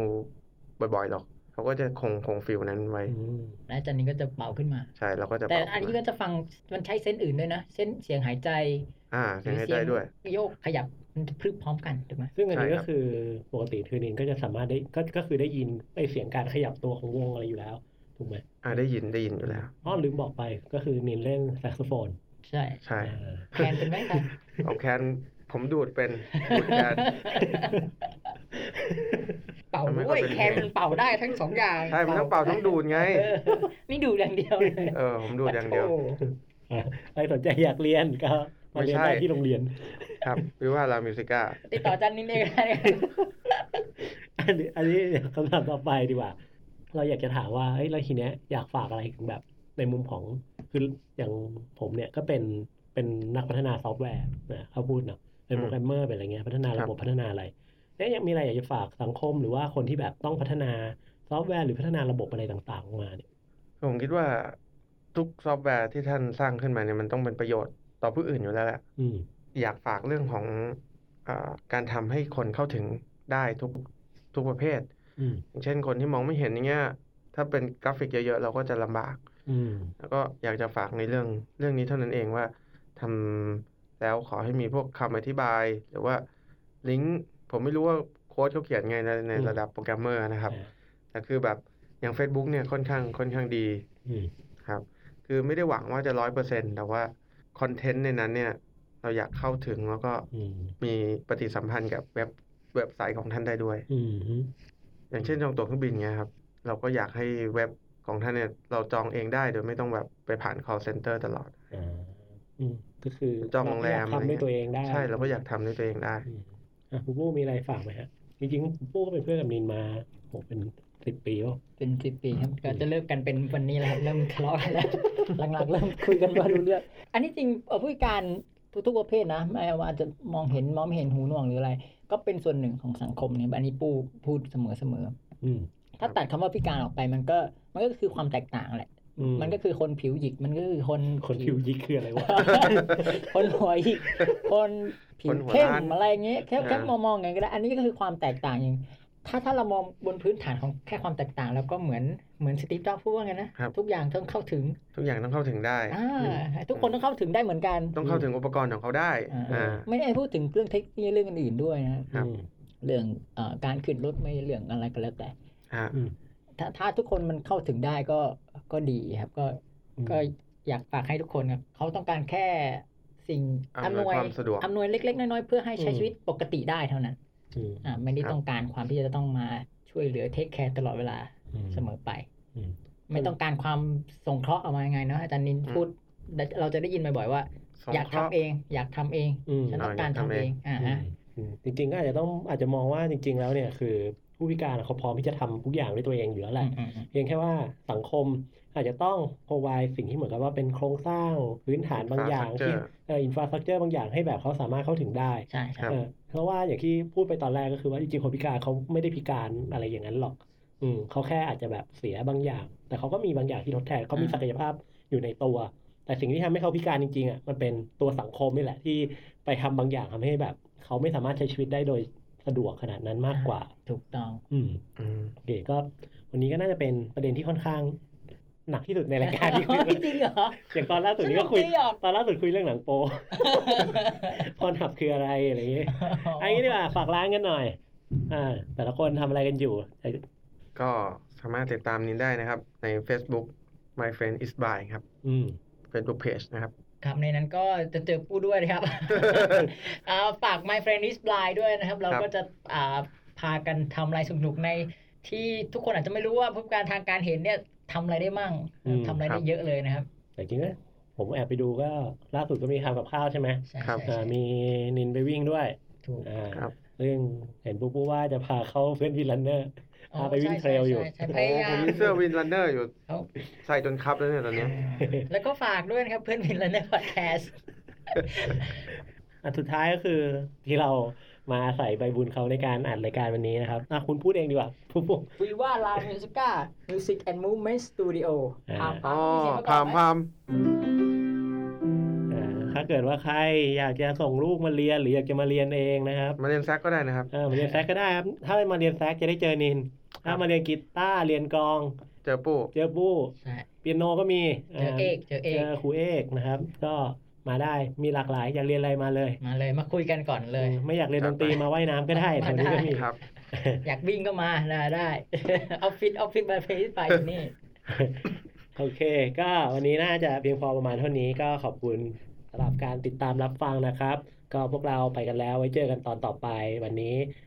S3: บ่อยๆหรอก เขาก็จะคงคงฟิลนั้นไว้
S1: อืม
S2: แล้วอาจารย์นี่ก็จะเป่าขึ้นมา
S3: ใช่เราก็จะ
S2: แต่
S3: ปรับ
S2: อันนี้ก็จะฟังมันใช้เส้นส์อื่นด้วยนะ เส้นเสียงหายใจ
S3: อ่า
S2: ห
S3: เสี
S2: รื
S3: ย
S2: อ
S3: งหาย
S2: เสี
S3: ใจ
S2: ยง
S3: ด้วย
S2: โยกขยับมันจะพรึบพร้อมกันถูกไหม
S1: ซึ่งอันนี้
S3: ใช่
S1: ก็
S3: ครับ
S1: คือปกติเทอร์นินก็จะสามารถได้ก็ก็คือได้ยินไอเสียงการขยับตัวของวงอะไรอยู่แล้ว ถูกไหม
S3: อ่าได้ยินได้ยินอยู่แล้ว
S1: อ้อลืมบอกไปก็คือนินเล่นแซกโซโฟน
S2: ใช่
S3: ใช่
S1: อ่า
S2: แทนเป็นไหม ครับ
S3: เอาแคนผมดูดเป็นดูดแคน
S2: เป่า
S3: ทำไม
S2: ด้วย
S3: เขาเป็น
S2: แคนมันเป่าได้ทั้งสองอย่าง
S3: ใช่มันต้องเป่าทั้งดูดไง
S2: เออนี่ดูดอย่างเดียวเลย
S3: เออ ผมดูดอย่างเดียว
S2: โถ่
S1: อ่าใครสนใจอยากเรียนก็มาเรียน
S3: ไม่
S1: ได้
S3: ใช่
S1: ที่โรงเรียน
S3: ครับวิว่าลามิวสิก้า
S2: ติดต่ออาจันนี่เอง ได้
S1: อันนี้อันนี้คำถามต่อไปดีกว่า เราอยากจะถามว่าเอ้ยเราทีเนี้ยอยากฝากอะไรถึงแบบ ในมุมของคืออย่างผมเนี่ยก็เป็นเป็นนักพัฒนาซอฟต์แวร์นะเขาพูดเนาะเป็น
S3: อืม
S1: โปรแกรมเมอร์เป็นอะไรเงี้ยพัฒนา
S3: ครั
S1: ระ
S3: บ
S1: บบพัฒนาอะไรแล้วยังมีอะไรอยากจะฝากสังคมหรือว่าคนที่แบบต้องพัฒนาซอฟต์แวร์หรือพัฒนาระบบอะไรต่างๆออกมาเนี่ย
S3: ผมคิดว่าทุกซอฟต์แวร์ที่ท่านสร้างขึ้นมาเนี่ยมันต้องเป็นประโยชน์ต่อผู้อื่นอยู่แล้วแหละ
S1: อืม
S3: อยากฝากเรื่องของอาการทำให้คนเข้าถึงได้ทุกทุกประเภท
S1: อืม
S3: อย่างเช่นคนที่มองไม่เห็นอย่างเงี้ย ถ้าเป็นกราฟิกเยอะๆ เราก็จะลำบาก
S1: อืม
S3: แล้วก็อยากจะฝากในเรื่องเรื่องนี้เท่านั้นเองว่าทำแล้วขอให้มีพวกคำอธิบาย หรือว่าลิงก์ผมไม่รู้ว่าโค้ดเขาเขียนไงในใน
S1: อืม
S3: ระดับโปรแกรมเมอร์นะครับ
S1: อ่า
S3: แต่คือแบบอย่าง Facebook เนี่ยค่อนข้างค่อนข้างดี
S1: อืม
S3: ครับ คือไม่ได้หวังว่าจะร้อยเปอร์เซ็นต์แต่ว่าคอนเทนต์ในนั้นเนี่ย เราอยากเข้าถึงแล้วก็
S1: อืม
S3: มีปฏิสัมพันธ์กับเว็บเว็บไซต์ของท่านได้ด้วย
S1: อืม
S3: อย่างเช่นจองตั๋วเครื่องบินเงี้ยครับ เราก็อยากให้เว็บของท่านเนี่ยเราจองเองได้โดยไม่ต้องแบบไปผ่าน call center ตลอด
S1: อ่าอืมก็คือ
S3: จองโรงแรม
S1: เา
S3: อะไร
S1: ทำด้วย
S3: เงี้ย
S1: ตัวเองได้
S3: ใช่เราก็อยากทำด้วยตัวเองได้
S1: อืมอ่ะปูปูมีอะไรฝากไหมฮะ จริงๆปูปูก็เป็นเพื่อนกับนินมาโหเป็นสิบปีแล้ว
S2: เป็นสิบปีครับก็จะเลิกกันเป็นวันนี้แหละครับเริ่มทะเลาะกัน แล้ว หลังๆเริ่มคุยกันว่ารู้เรื่องอันนี้จริงเอ่อผู้พิการทุกๆประเภทนะไม่ว่าจะมองเห็นมองไม่เห็นหูหนวกหรืออะไร ก็เป็นส่วนหนึ่งของสังคมเนี่ยอันนี้ปูพูดเสมอ
S1: อืม
S2: ๆถ้าตัดคำว่าพิการออกไปมันก็มันก็คือความแตกต่างแหละ
S1: อื
S2: มันก็คือคนผิวหยิกมันก็คือคน
S1: คนคิวยิกคืออะไรวะ
S2: คนหัวหยิกคนผิว
S3: คนหัว
S2: เข้ม
S3: ล้าน
S2: อะไรอย่างเงี้ยแค่แค่
S3: อ่าม
S2: องมองไงก็ได้ อันนี้ก็คือความแตกต่างอย่างถ้าถ้าเรามองบนพื้นฐานของแค่ความแตกต่าง แล้วก็เหมือนเหมือนสตีฟจ็อบส์พูดว่าไงนะครับ ทุกอย่างต้องเข้าถึง
S3: ทุกอย่างต้องเข้าถึงได้
S2: อ่าทุกคนต้องเข้าถึงได้เหมือนกัน
S3: ต้องเข้าถึงอุปกรณ์ของเขาได้
S2: อ่า
S3: อ่า
S2: ไม่ได้พูดถึงเรื่องเทคนิคเรื่องอื่นๆด้วยนะ
S3: ค
S1: อื
S3: รับ
S1: ม
S2: เรื่องเอ่อการขึ้นรถไม่เรื่องอะไรก็แล้วแต่
S3: อ่า
S2: ถ้าถ้าทุกคนมันเข้าถึงได้ก็ก็ดีครับก็
S1: อืม
S2: ก็อยากฝากให้ทุกคนครับเขาต้องการแค่สิ่ง
S3: อำนวยความสะดวก
S2: อำนวยเล็ก ๆ น้อยๆเพื่อให้ใช้
S1: อืม
S2: ชีวิตปกติได้เท่านั้น
S1: อืม
S2: อ่าไม่ได้
S3: ครับ
S2: ต้องการความที่จะต้องมาช่วยเหลือเทคแคร์ตลอดเวลา
S1: อืม
S2: เสมอไป
S1: อืม
S2: ไม่ต้องการความสงเคราะห์เอามายังไงเนาะอาจารย์นินพูดเราจะได้ยินบ่อยๆว่า
S3: สง
S2: อยาก
S3: เค
S2: ทำ
S3: ราะห์
S2: เอง อยากทำเอง
S1: อืม
S2: ฉันต้อง
S3: อ่า
S2: การ
S3: อยาก
S2: ทำ
S3: ทำ
S2: เอ
S3: เอง
S2: งอ่าฮะ
S1: อืมจริงๆก็อาจจะต้องอาจจะมองว่าจริง ๆ แล้วเนี่ยคือผู้พิการอะเขาพร้อมที่จะทำทุกอย่างด้วยตัวเองอยู่แล้วแหละ
S2: อืมอืม
S1: เพียงแค่ว่าสังคมอาจจะต้อง provide สิ่งที่เหมือนกับว่าเป็นโครงสร้างพื้นฐานบางอย่างที่
S3: Infrastructure
S1: เอ่อินฟราสตรักเจอร์บางอย่างให้แบบเขาสามารถเข้าถึงได้
S2: ใช่ใช่
S3: ครับ
S1: เออเพราะว่าอย่างที่พูดไปตอนแรกก็คือว่าจริงๆคนพิการเขาไม่ได้พิการอะไรอย่างนั้นหรอก อืมเขาแค่อาจจะแบบเสียบางอย่าง แต่เขาก็มีบางอย่างที่ทดแทนเขามี
S2: อืม
S1: ศักยภาพอยู่ในตัว แต่สิ่งที่ทำให้เขาพิการจริงๆอ่ะมันเป็นตัวสังคมนี่แหละที่ไปทำบางอย่างทำให้แบบ เขาไม่สามารถใช้ชีวิตได้โดยสะดวกขนาดนั้นมากกว่า
S2: ถูกต้อง
S1: อืม
S3: อืม
S1: โอเคก็วันนี้ก็น่าจะเป็นประเด็นที่ค่อนข้างหนักที่สุดในรายการที่คุย
S2: จริงเหร อ
S1: อย่างตอนล่าสุดนี่ก็คุยตอนล่าสุดคุยเรื่องหนังโป พรหับคืออะไรอะไรอย่างเงี้ย อันนี้ดีกว่าฝากร้านกันหน่อย อ่า แต่ละคนทำอะไรกันอยู่
S3: ก็สามารถติดตามนินได้นะครับ ใน Facebook my friend is by ครับ
S1: อืม
S3: Facebook page นะครับ
S2: ครับในนั้นก็จะเจอปูด้วยนะครับ อ่าฝาก My Friend is Blind ด้วยนะครับ เรา
S3: ครับ
S2: ก็จะอ่าพากันทำอะไรสนุกๆในที่ทุกคนอาจจะไม่รู้ว่าผู้พิการทางการเห็นเนี่ยทำอะไรได้มั่ง
S1: อืม
S2: ทำอะไรได้เยอะเลยนะครับ
S1: แต่จริงๆนะผมแอบไปดูก็ล่าสุดก็มีทำกับข้าวใช่ไหม
S2: ใช่
S3: ครับ
S2: ใช่
S1: อ่า
S2: ใช่
S1: มีนินไปวิ่งด้วย
S2: ถูก
S1: อ่า
S3: ครับ
S1: ซึ่งเห็นปุ๊บปุ๊บว่าจะพาเข้าเพื่อนวิลลันเนอร์ พาไปวิ่ง
S2: ใช่
S1: เทรลอยู่
S2: ใช่ใช่พ
S3: โอ้
S2: ยายา
S3: ผม
S2: ม
S3: มีเสื้อวินรันเนอร์อยู่
S2: ครับ
S3: ใส่จนครับแล้วเนี่ยตอนเนี้ย
S2: แล้วก็ฝากด้วยนะครับเพื่อนวินและในพอดแคสต์
S1: อันสุดท้ายก็คือที่เรามาใส่ใบบุญเขาในการอัดรายการวันนี้นะครับอ่ะคุณพูดเองดีกว่า ปุ๊บปุ๊บ
S2: วีว่าลามิวสิก้ามิวสิกแอนด์มูฟเมนต์สตูดิโอ
S1: อ่า
S2: พามพา
S3: อ๋อ
S2: มมีเสียงประก
S3: พา
S2: อบ
S3: ม
S2: ไหม
S3: พาม
S1: อ่าถ้าเกิดว่าใครอยากจะส่งลูกมาเรียนหรืออยากจะมาเรียนเองนะครับ
S3: มาเรียนแซกก็ได้นะครับ
S1: อ่ามาเรียนแซกก็ได้ครับ ถ้ามาเรียนแซกจะได้เจอนิน ถ้ามาเรียนกีตาร์เรียนกลอง
S3: เจอปู่
S1: เจอบู้
S2: ใช่
S1: เปียโนก็มี
S2: เจอเอกเจอเอก
S1: เจอครูเอกนะครับ ก็มาได้มีหลากหลายอยากเรียนอะไรมาเลย
S2: มาเลยมาคุยกันก่อนเลย
S1: อืมไม่อยากเรียนดนตรี
S3: ครับ
S1: มาว่ายน้ำก็ได้แถ
S2: มาว
S1: นี้
S2: ได้
S1: ก็มี
S3: ครับ
S2: อยากวิ่งก็มานะได้ ออฟฟิศออฟฟิศมาเพลย์ไปอยู่นี่
S1: โอเค ก็วันนี้น่าจะเพียงพอประมาณเท่านี้ก็ขอบคุณสำหรับการติดตามรับฟังนะครับ ก็พวกเราไปกันแล้วไว้เจอกันตอนต่อไป วันนี้